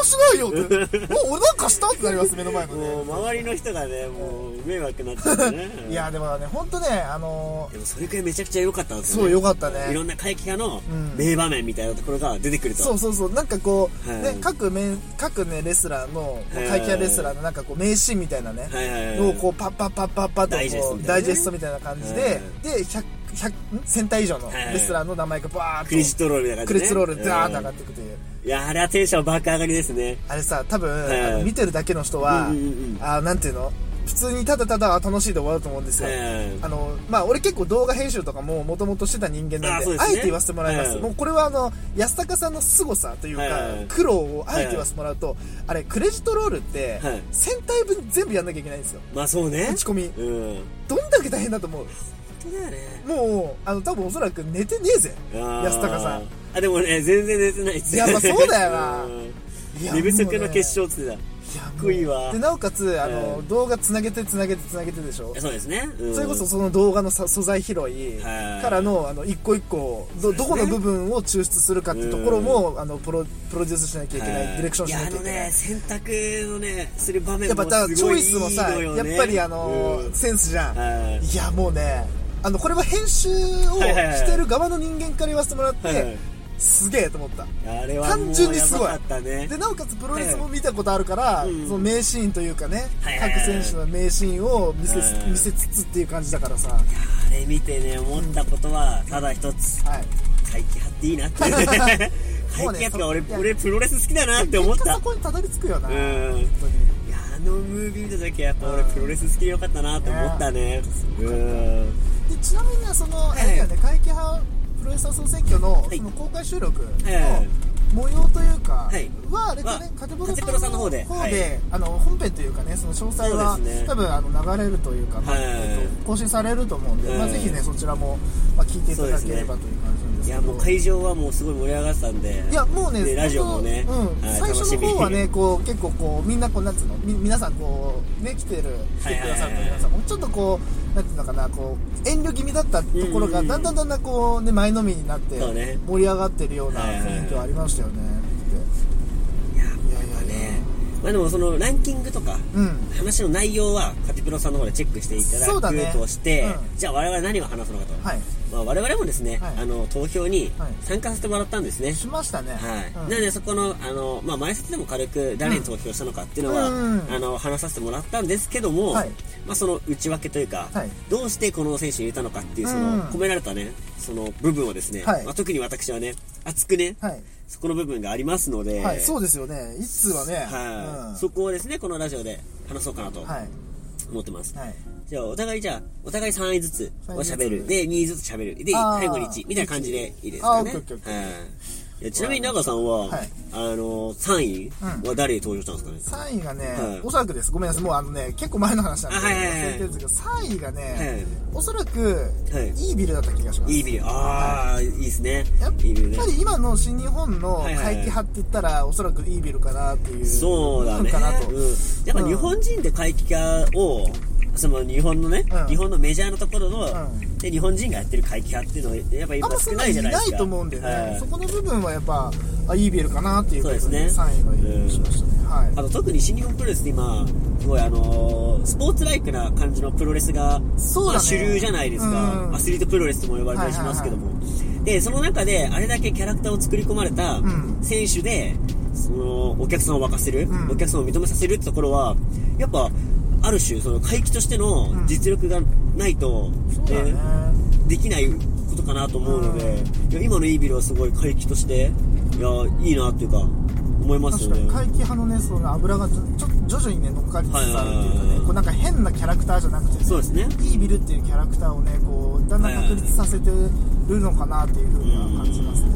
[SPEAKER 1] しないよ って。もう俺なんかしたってなります、目の前の
[SPEAKER 2] う
[SPEAKER 1] ね。
[SPEAKER 2] 周りの人がねもう迷惑になっちゃっ てね
[SPEAKER 1] いや、でもね、ほんとね、あの
[SPEAKER 2] でもそれくらいめちゃくちゃ良かったんです
[SPEAKER 1] ー、
[SPEAKER 2] よ、
[SPEAKER 1] そ
[SPEAKER 2] ね、
[SPEAKER 1] う、よかった
[SPEAKER 2] いろ
[SPEAKER 1] ね。
[SPEAKER 2] んな会期化の
[SPEAKER 1] うん
[SPEAKER 2] 名場面みたいなところが出てくると、
[SPEAKER 1] そうそうそう、なんかこう、
[SPEAKER 2] はい
[SPEAKER 1] ね、各面、各ね、レスラーの、
[SPEAKER 2] はい
[SPEAKER 1] 会計レスラーのなんかこう、名シーンみたいなね、
[SPEAKER 2] はいはいはい
[SPEAKER 1] をこう、パッパッパッパッパッと
[SPEAKER 2] ダイジェスト
[SPEAKER 1] こ
[SPEAKER 2] み
[SPEAKER 1] う、
[SPEAKER 2] たいなね
[SPEAKER 1] ダイジェストみたいな感じ
[SPEAKER 2] はい
[SPEAKER 1] で、で、100、100、1000体以上の
[SPEAKER 2] はいはい
[SPEAKER 1] レスラーの名前がバー
[SPEAKER 2] クレジ
[SPEAKER 1] ッ
[SPEAKER 2] ットロールみたいな
[SPEAKER 1] と、
[SPEAKER 2] 感
[SPEAKER 1] クレジッ
[SPEAKER 2] じで、ね、
[SPEAKER 1] トロールでダーッと上が
[SPEAKER 2] う
[SPEAKER 1] っ
[SPEAKER 2] ん
[SPEAKER 1] ていくという。
[SPEAKER 2] いやあれはテンション爆上がりですね
[SPEAKER 1] あれさ、多分、
[SPEAKER 2] い
[SPEAKER 1] あの見てるだけの人は、
[SPEAKER 2] うんうんうん
[SPEAKER 1] あーなんていうの普通にただただあ楽しいで終わると思うんですよ。
[SPEAKER 2] うん
[SPEAKER 1] あの、まあ、俺結構動画編集とかももともとしてた人間なん
[SPEAKER 2] あ
[SPEAKER 1] で、
[SPEAKER 2] そうです
[SPEAKER 1] あ
[SPEAKER 2] ね
[SPEAKER 1] えて言わせてもらいます。
[SPEAKER 2] うん
[SPEAKER 1] もうこれはあの、安高さんの凄さというか、
[SPEAKER 2] はい
[SPEAKER 1] 苦労をあえて言わせてもらうと、あれ、クレジットロールって、
[SPEAKER 2] はい
[SPEAKER 1] 1000体分全部やんなきゃいけないんですよ。
[SPEAKER 2] まあそうね
[SPEAKER 1] 打ち込み。
[SPEAKER 2] うん
[SPEAKER 1] どんだけ大変だと思う
[SPEAKER 2] 本当だよね
[SPEAKER 1] もう、あの、多分おそらく寝てねえぜ。安高さん。
[SPEAKER 2] あでもね全然寝てないっす
[SPEAKER 1] いやまあそうだよな
[SPEAKER 2] うん
[SPEAKER 1] いや
[SPEAKER 2] 寝不足
[SPEAKER 1] もう
[SPEAKER 2] の
[SPEAKER 1] ね
[SPEAKER 2] 決勝っつって
[SPEAKER 1] いやもう
[SPEAKER 2] っこいいわ
[SPEAKER 1] で、なおかつ、あの、
[SPEAKER 2] うん
[SPEAKER 1] 動画つなげてつなげてつなげてでしょ
[SPEAKER 2] た。そうですね、うん
[SPEAKER 1] それこそその動画のさ素材拾い
[SPEAKER 2] はい
[SPEAKER 1] からのあの一個一個ど,、どこの部分を抽出するかってところも、あのプロプロデュースしなきゃいけない、
[SPEAKER 2] は
[SPEAKER 1] ディレクションしなきゃいけ
[SPEAKER 2] いやあ
[SPEAKER 1] な
[SPEAKER 2] の
[SPEAKER 1] い
[SPEAKER 2] ね選択をねする場面
[SPEAKER 1] やっ
[SPEAKER 2] も
[SPEAKER 1] ぱ
[SPEAKER 2] す
[SPEAKER 1] だからチ
[SPEAKER 2] ご
[SPEAKER 1] ョ
[SPEAKER 2] い
[SPEAKER 1] イスもさ
[SPEAKER 2] いいの
[SPEAKER 1] や
[SPEAKER 2] よ
[SPEAKER 1] っ
[SPEAKER 2] ね
[SPEAKER 1] ぱりあの、
[SPEAKER 2] うん
[SPEAKER 1] センスじゃん、
[SPEAKER 2] はい
[SPEAKER 1] い、やもうねあのこれは編集を
[SPEAKER 2] はいはいはい
[SPEAKER 1] してる側の人間から言わせてもらって、
[SPEAKER 2] はい
[SPEAKER 1] すげえと思った
[SPEAKER 2] あれはもう
[SPEAKER 1] 単純にすごい
[SPEAKER 2] やばかったね
[SPEAKER 1] でなおかつプロレスも見たことあるから、
[SPEAKER 2] いはいうん
[SPEAKER 1] その名シーンというかね、
[SPEAKER 2] はいはいはい
[SPEAKER 1] 各選手の名シーンを見せ,、
[SPEAKER 2] はい
[SPEAKER 1] 見せつつっていう感じだからさ、
[SPEAKER 2] あれ見てね思ったことはただ一つ
[SPEAKER 1] はい
[SPEAKER 2] 会期派っていいなって
[SPEAKER 1] もう
[SPEAKER 2] 会期
[SPEAKER 1] ね
[SPEAKER 2] 派ってか俺
[SPEAKER 1] そいや
[SPEAKER 2] 俺プロレス好きだなって思っ
[SPEAKER 1] 結果
[SPEAKER 2] た
[SPEAKER 1] そこにたどり着くよな、
[SPEAKER 2] うん
[SPEAKER 1] 本当に
[SPEAKER 2] いやあのムービー見た時はやっぱ俺プロレス好きでよかったなって思ったねうん
[SPEAKER 1] でちなみにその、
[SPEAKER 2] い
[SPEAKER 1] あれだよね会計派プロレスラー総選挙の
[SPEAKER 2] い
[SPEAKER 1] その公開収録の
[SPEAKER 2] え
[SPEAKER 1] 模様というか
[SPEAKER 2] はい
[SPEAKER 1] はあれだね
[SPEAKER 2] は
[SPEAKER 1] カテボロ
[SPEAKER 2] カテプロ
[SPEAKER 1] さ
[SPEAKER 2] さ
[SPEAKER 1] ん
[SPEAKER 2] ん
[SPEAKER 1] の
[SPEAKER 2] の
[SPEAKER 1] 方
[SPEAKER 2] 方
[SPEAKER 1] で
[SPEAKER 2] で
[SPEAKER 1] あの本編というかねその詳細は、
[SPEAKER 2] そうですね
[SPEAKER 1] 多分あの流れるというか、まあ
[SPEAKER 2] はい
[SPEAKER 1] えっと更新されると思うんで、
[SPEAKER 2] うん
[SPEAKER 1] まあ、ぜひねそちらも、まあ、聞いていただければという感じなんで
[SPEAKER 2] い
[SPEAKER 1] すけ
[SPEAKER 2] やもう
[SPEAKER 1] ど。
[SPEAKER 2] 会場はもうすごい盛り上がってたんで
[SPEAKER 1] いやもうね
[SPEAKER 2] でラジオもね
[SPEAKER 1] 本当うん、
[SPEAKER 2] はい
[SPEAKER 1] 最初の
[SPEAKER 2] 楽しみ
[SPEAKER 1] 方はねこう結構こうみんなこうなんつうのみ皆さんこうね来てる来てくださる
[SPEAKER 2] はいはいはい
[SPEAKER 1] 皆さんもちょっとこうなんていうのかなこう遠慮気味だったところが
[SPEAKER 2] うんうん
[SPEAKER 1] だ
[SPEAKER 2] うん
[SPEAKER 1] んだんだんだんこうね前のめりになって
[SPEAKER 2] そうね
[SPEAKER 1] 盛り上がってるような雰囲気はありましたよね。
[SPEAKER 2] いやもう
[SPEAKER 1] いやいやいや
[SPEAKER 2] ねまあでもそのランキングとか
[SPEAKER 1] うん
[SPEAKER 2] 話の内容はカテプロさんの方でチェックしていた
[SPEAKER 1] そうだ
[SPEAKER 2] だ
[SPEAKER 1] ね
[SPEAKER 2] くとして
[SPEAKER 1] うん
[SPEAKER 2] じゃあ我々何を話すのかと
[SPEAKER 1] はい
[SPEAKER 2] まあ我々もですね
[SPEAKER 1] はい
[SPEAKER 2] あの投票に
[SPEAKER 1] はい
[SPEAKER 2] 参加させてもらったんですね
[SPEAKER 1] しましたね。
[SPEAKER 2] はい、
[SPEAKER 1] うん
[SPEAKER 2] なのでそこのあの、まあ、前説でも軽く誰に投票したのかっていうのは、
[SPEAKER 1] うんうん
[SPEAKER 2] あの話させてもらったんですけども、
[SPEAKER 1] はい
[SPEAKER 2] まあ、その内訳というか、
[SPEAKER 1] はい
[SPEAKER 2] どうしてこの選手に入れたのかっていうその、
[SPEAKER 1] うん
[SPEAKER 2] 込められたねその部分をですね、
[SPEAKER 1] はい
[SPEAKER 2] まあ、特に私はね熱くね、
[SPEAKER 1] はい
[SPEAKER 2] そこの部分がありますので、
[SPEAKER 1] はいそうですよね。一通はね。
[SPEAKER 2] はい
[SPEAKER 1] うん
[SPEAKER 2] そこをですねこのラジオで話そうかなと
[SPEAKER 1] はい
[SPEAKER 2] 思ってます、
[SPEAKER 1] はい
[SPEAKER 2] じゃあお互いじゃあお互い3位ずつ
[SPEAKER 1] 三位
[SPEAKER 2] を
[SPEAKER 1] ずつ
[SPEAKER 2] 喋るで2位ずつ喋るで
[SPEAKER 1] あー
[SPEAKER 2] 最後に1みたいな感じでいいですかね
[SPEAKER 1] あーオッケーオッケー
[SPEAKER 2] はいいやちなみに長さんは、
[SPEAKER 1] はい
[SPEAKER 2] あの3位は誰に登場したんですかね、
[SPEAKER 1] 3位がね、
[SPEAKER 2] はい
[SPEAKER 1] おそらくです。ごめんなさい。もうあのね、結構前の話なんで、
[SPEAKER 2] あはいはいはい
[SPEAKER 1] 忘れてるんですけど、3位がね、
[SPEAKER 2] はい
[SPEAKER 1] おそらく、
[SPEAKER 2] はい
[SPEAKER 1] い、いビルだった気がします。
[SPEAKER 2] いいビルああいいですね
[SPEAKER 1] やっ
[SPEAKER 2] いいビルね
[SPEAKER 1] ぱり今の新日本の
[SPEAKER 2] はいはいは
[SPEAKER 1] 会
[SPEAKER 2] い
[SPEAKER 1] 期派って言ったら、おそらくいいビルかなっていう。
[SPEAKER 2] そうだね
[SPEAKER 1] かなと。
[SPEAKER 2] うん、やっぱ日本人で怪奇化をその日本のね、
[SPEAKER 1] うん
[SPEAKER 2] 日本のメジャーのところの、
[SPEAKER 1] ん
[SPEAKER 2] で日本人がやってる怪奇派っていうのはやっぱ
[SPEAKER 1] あんま
[SPEAKER 2] 今
[SPEAKER 1] そ
[SPEAKER 2] 少
[SPEAKER 1] んな
[SPEAKER 2] な
[SPEAKER 1] に
[SPEAKER 2] い
[SPEAKER 1] い
[SPEAKER 2] じゃないで
[SPEAKER 1] な
[SPEAKER 2] すか
[SPEAKER 1] いと思うんでね、
[SPEAKER 2] はい
[SPEAKER 1] そこの部分はやっぱ、あいいビルかなっていうこと
[SPEAKER 2] そう
[SPEAKER 1] で、
[SPEAKER 2] ですね
[SPEAKER 1] 3位はしましたね。はい。
[SPEAKER 2] あと特に新日本プロレスって今、すごいあのースポーツライクな感じのプロレスが、
[SPEAKER 1] そうだね
[SPEAKER 2] まあ主流じゃないですか、
[SPEAKER 1] うん
[SPEAKER 2] アスリートプロレスとも呼ばれたりしますけども。で、その中で、あれだけキャラクターを作り込まれた
[SPEAKER 1] ん
[SPEAKER 2] 選手で、その、お客さんを沸かせる、
[SPEAKER 1] うん
[SPEAKER 2] お客さんを認めさせるってところは、やっぱ、ある種、その、回帰としての
[SPEAKER 1] うん
[SPEAKER 2] 実力がないと、
[SPEAKER 1] そうだね
[SPEAKER 2] ねできないことかなと思うので、いや今のイービルはすごい回帰としていやいいなっていうか思います
[SPEAKER 1] 確
[SPEAKER 2] よ
[SPEAKER 1] か
[SPEAKER 2] ね
[SPEAKER 1] に怪奇派のねその油がちょちょ徐々にね乗っかりつつあるっていうか
[SPEAKER 2] はいはいはい
[SPEAKER 1] ねこうなんか変なキャラクターじゃなくてね
[SPEAKER 2] そうですね
[SPEAKER 1] イービルっていうキャラクターをねこうだんだん確立させてるのかなっていうふうには感じますね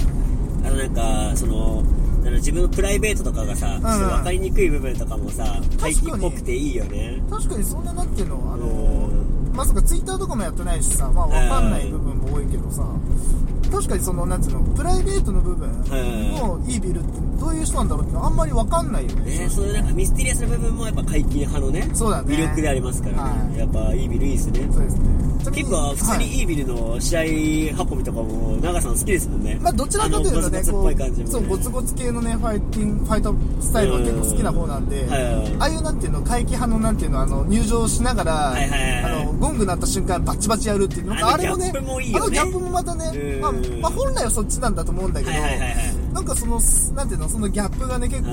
[SPEAKER 2] あのなんかそのあの自分のプライベートとかがさ、
[SPEAKER 1] ん
[SPEAKER 2] 分かりにくい部分とかもさ回帰っぽくていいよね
[SPEAKER 1] 確かにそんななんていうのあの
[SPEAKER 2] うん
[SPEAKER 1] まさかツイッターとかもやってないしさまあわかんない部分も多いけどさ確かにそのなんていうのプライベートの部分のイービルってどういう人なんだろうってのはあんまりわかんないよね
[SPEAKER 2] ね、そういうなんかミステリアスな部分もやっぱ回帰派のね
[SPEAKER 1] そうだね
[SPEAKER 2] 魅力でありますからね、
[SPEAKER 1] はい
[SPEAKER 2] やっぱイービルいいですね
[SPEAKER 1] そうですねちなみに
[SPEAKER 2] 結構普通
[SPEAKER 1] はい
[SPEAKER 2] にイービルの試合運びとかも長さん好きですもんね
[SPEAKER 1] まあ、どちらかというとね、
[SPEAKER 2] あのゴツゴツっぽい感じも、ね、
[SPEAKER 1] そう、ゴツゴツ系のね、ファイティング、ファイトスタイルは結構好きな方なんで
[SPEAKER 2] うんはいはいはい、
[SPEAKER 1] ああいうなんていうの、怪奇派のなんていうの、あの、入場しながら、
[SPEAKER 2] いはいはい
[SPEAKER 1] あの、ゴング鳴った瞬間バチバチやるっていう、なんか
[SPEAKER 2] あ
[SPEAKER 1] あ
[SPEAKER 2] の
[SPEAKER 1] れもね、
[SPEAKER 2] ギャップもいい
[SPEAKER 1] あ
[SPEAKER 2] よ
[SPEAKER 1] のギ
[SPEAKER 2] ね
[SPEAKER 1] ャップもまたね
[SPEAKER 2] う、ん
[SPEAKER 1] まあ、まあ、本来はそっちなんだと思うんだけど
[SPEAKER 2] はいはいはいはい、
[SPEAKER 1] なんかその、なんていうの、そのギャップがね、結構、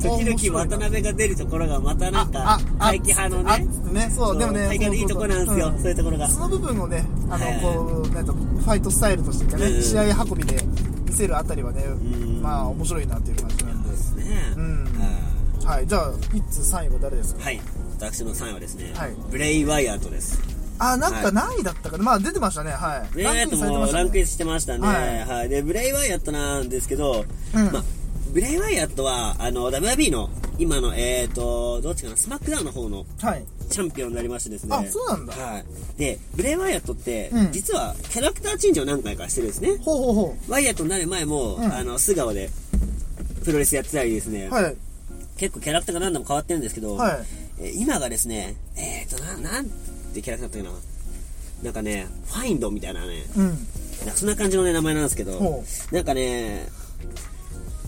[SPEAKER 2] 時々渡辺が出るところがまたなんか
[SPEAKER 1] あ
[SPEAKER 2] 怪奇派の
[SPEAKER 1] あ
[SPEAKER 2] ね
[SPEAKER 1] ってね、そう、でもね、
[SPEAKER 2] 大会のいいとこなんですよ
[SPEAKER 1] う
[SPEAKER 2] そういうところが
[SPEAKER 1] その部分をね、あの
[SPEAKER 2] はいはい、
[SPEAKER 1] こう、なんと、ファイトスタイルとしてか
[SPEAKER 2] うんう
[SPEAKER 1] ね、
[SPEAKER 2] ん
[SPEAKER 1] 試合運びで見せるあたりはね
[SPEAKER 2] ん、
[SPEAKER 1] まあ、面白いなっていう感じなんで
[SPEAKER 2] そう。ですね
[SPEAKER 1] うんはい、じゃあ、一通3位は誰ですか
[SPEAKER 2] はい私の3位はですね、
[SPEAKER 1] はい
[SPEAKER 2] ブレイ・ワイアートです
[SPEAKER 1] あ、なん
[SPEAKER 2] は
[SPEAKER 1] か
[SPEAKER 2] い
[SPEAKER 1] 何位だったかなまあ、出てましたね、はい。
[SPEAKER 2] ブレイ・ワイアートもランクインしてましたね、
[SPEAKER 1] は
[SPEAKER 2] はいいでブレイ・ワイアートなんですけど、
[SPEAKER 1] うん
[SPEAKER 2] まあ、ブレイ・ワイアートはあの WB の今のえっ、ー、とどっちかなスマックダウンの方の
[SPEAKER 1] はい。
[SPEAKER 2] チャンピオンになりましてですね
[SPEAKER 1] あそうなんだ
[SPEAKER 2] はいでブレイ・ワイアートって、
[SPEAKER 1] うん
[SPEAKER 2] 実はキャラクターチェンジを何回かしてるんですね
[SPEAKER 1] ほうほうほ
[SPEAKER 2] ワイヤーとなる前も、
[SPEAKER 1] うん
[SPEAKER 2] あの、素顔で、プロレスやってたりですね、
[SPEAKER 1] う。はい。
[SPEAKER 2] 結構キャラクターが何度も変わってるんですけど、
[SPEAKER 1] はい
[SPEAKER 2] えー今がですね、えっ、ー、と、な、なんてキャラクターだったかな。なんかね、ファインドみたいなね、
[SPEAKER 1] うん。
[SPEAKER 2] なんかそんな感じのね、名前なんですけど
[SPEAKER 1] ほ、
[SPEAKER 2] なんかね、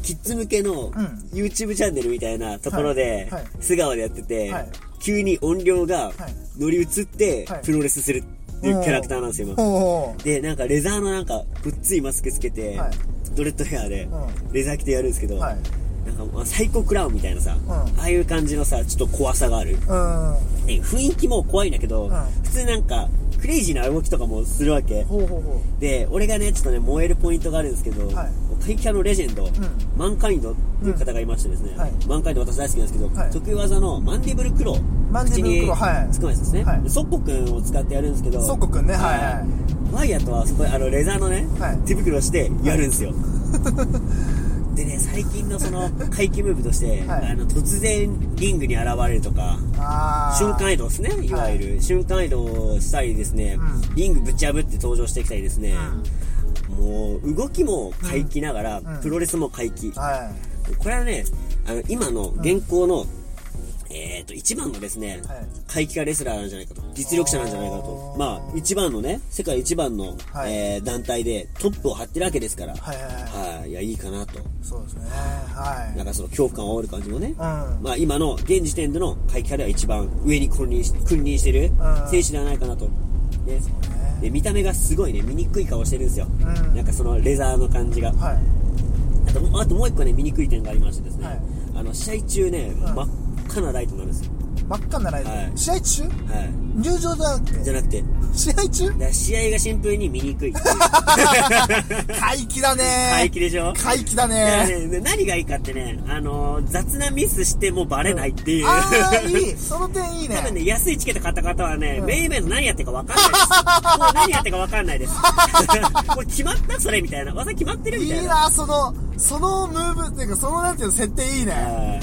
[SPEAKER 2] キッズ向け
[SPEAKER 1] ん
[SPEAKER 2] の YouTube チャンネルみたいなところで、
[SPEAKER 1] はいはい
[SPEAKER 2] 素顔でやってて、
[SPEAKER 1] はい
[SPEAKER 2] 急に音量が
[SPEAKER 1] い
[SPEAKER 2] 乗り移って、
[SPEAKER 1] はい
[SPEAKER 2] プロレスするっていうキャラクターなんですよ、今
[SPEAKER 1] ほうほう。
[SPEAKER 2] でなんかレザーのなんかごっついマスクつけて、
[SPEAKER 1] はい
[SPEAKER 2] ドレッドヘアで
[SPEAKER 1] う
[SPEAKER 2] レザー着てやるんですけど、
[SPEAKER 1] はい
[SPEAKER 2] なんかもうサイコクラウンみたいなさ、
[SPEAKER 1] ん
[SPEAKER 2] ああいう感じのさちょっと怖さがある
[SPEAKER 1] うん。
[SPEAKER 2] で雰囲気も怖いんだけど、
[SPEAKER 1] ん
[SPEAKER 2] 普通なんかクレイジーな動きとかもするわけ
[SPEAKER 1] ほうほうほ
[SPEAKER 2] で俺がねちょっとね燃えるポイントがあるんですけど、
[SPEAKER 1] はい
[SPEAKER 2] 会社のレジェンド、マンカインドっていう方がいましてですね、
[SPEAKER 1] うんはい
[SPEAKER 2] マンカインド私大好きなんですけど、
[SPEAKER 1] はい
[SPEAKER 2] 得意技のマンディブルクロー
[SPEAKER 1] マンディブルクローはい
[SPEAKER 2] 口につくまやつですね、
[SPEAKER 1] はい
[SPEAKER 2] ソッコくんを使ってやるんですけど
[SPEAKER 1] ソッコくんねはいはい
[SPEAKER 2] ワイヤーとはそこであのレザーのね、
[SPEAKER 1] はい
[SPEAKER 2] 手袋してやるんですよ、でね最近のその怪奇ムーブとして、
[SPEAKER 1] はい
[SPEAKER 2] あの突然リングに現れるとか
[SPEAKER 1] う。あー。
[SPEAKER 2] 瞬間移動ですねいわゆる、瞬間移動をしたりですね、
[SPEAKER 1] う
[SPEAKER 2] リングぶち破って登場してきたりですね、もう動きも回帰ながら、
[SPEAKER 1] んうん
[SPEAKER 2] プロレスも回帰、
[SPEAKER 1] は
[SPEAKER 2] これはねあの今の現行の、えっ、と一番のですね、
[SPEAKER 1] はい
[SPEAKER 2] 怪奇化レスラーなんじゃないかと実力者なんじゃないかと
[SPEAKER 1] あー
[SPEAKER 2] まあ一番のね世界一番の、
[SPEAKER 1] はい
[SPEAKER 2] えー団体でトップを張ってるわけですから、
[SPEAKER 1] はいはい
[SPEAKER 2] はいいやいいかなと
[SPEAKER 1] い。そうですね。
[SPEAKER 2] なん
[SPEAKER 1] は
[SPEAKER 2] かその恐怖感を煽る感じもね、
[SPEAKER 1] ん
[SPEAKER 2] まあ、今の現時点での会期では一番上に君臨し君臨して
[SPEAKER 1] ん
[SPEAKER 2] る選手ではないかなと、ね
[SPEAKER 1] ね
[SPEAKER 2] で見た目がすごいね醜い顔してるんですよ、
[SPEAKER 1] うん
[SPEAKER 2] なんかそのレザーの感じが
[SPEAKER 1] い。はい。
[SPEAKER 2] あともうあともう一個ね醜い点がありましてですね、
[SPEAKER 1] はい
[SPEAKER 2] あの試合中ね、
[SPEAKER 1] ん
[SPEAKER 2] 真っ赤なライトなんですよ、
[SPEAKER 1] 真っ赤なライ
[SPEAKER 2] はい
[SPEAKER 1] ブ。試合中
[SPEAKER 2] はい、
[SPEAKER 1] 入場だ
[SPEAKER 2] じゃなくて
[SPEAKER 1] 試合中
[SPEAKER 2] だから試合がシンプルに見にくいっていう。
[SPEAKER 1] 怪奇だね
[SPEAKER 2] 回帰でしょ
[SPEAKER 1] 怪奇だ
[SPEAKER 2] だから
[SPEAKER 1] ね
[SPEAKER 2] ね何がいいかってね、あのー雑なミスしてもバレないっていう。
[SPEAKER 1] あー、いいその点いいね
[SPEAKER 2] 多分ね、 安いチケット買った方はね、
[SPEAKER 1] ん
[SPEAKER 2] メインイベント何やってるか分かんないです。もう何やってるか分かんない です。もう決まったそれみたいな。技決まってるみた
[SPEAKER 1] い
[SPEAKER 2] い
[SPEAKER 1] い
[SPEAKER 2] な。
[SPEAKER 1] なそのそのムーブっていうかそのなんていうの設定いいね
[SPEAKER 2] は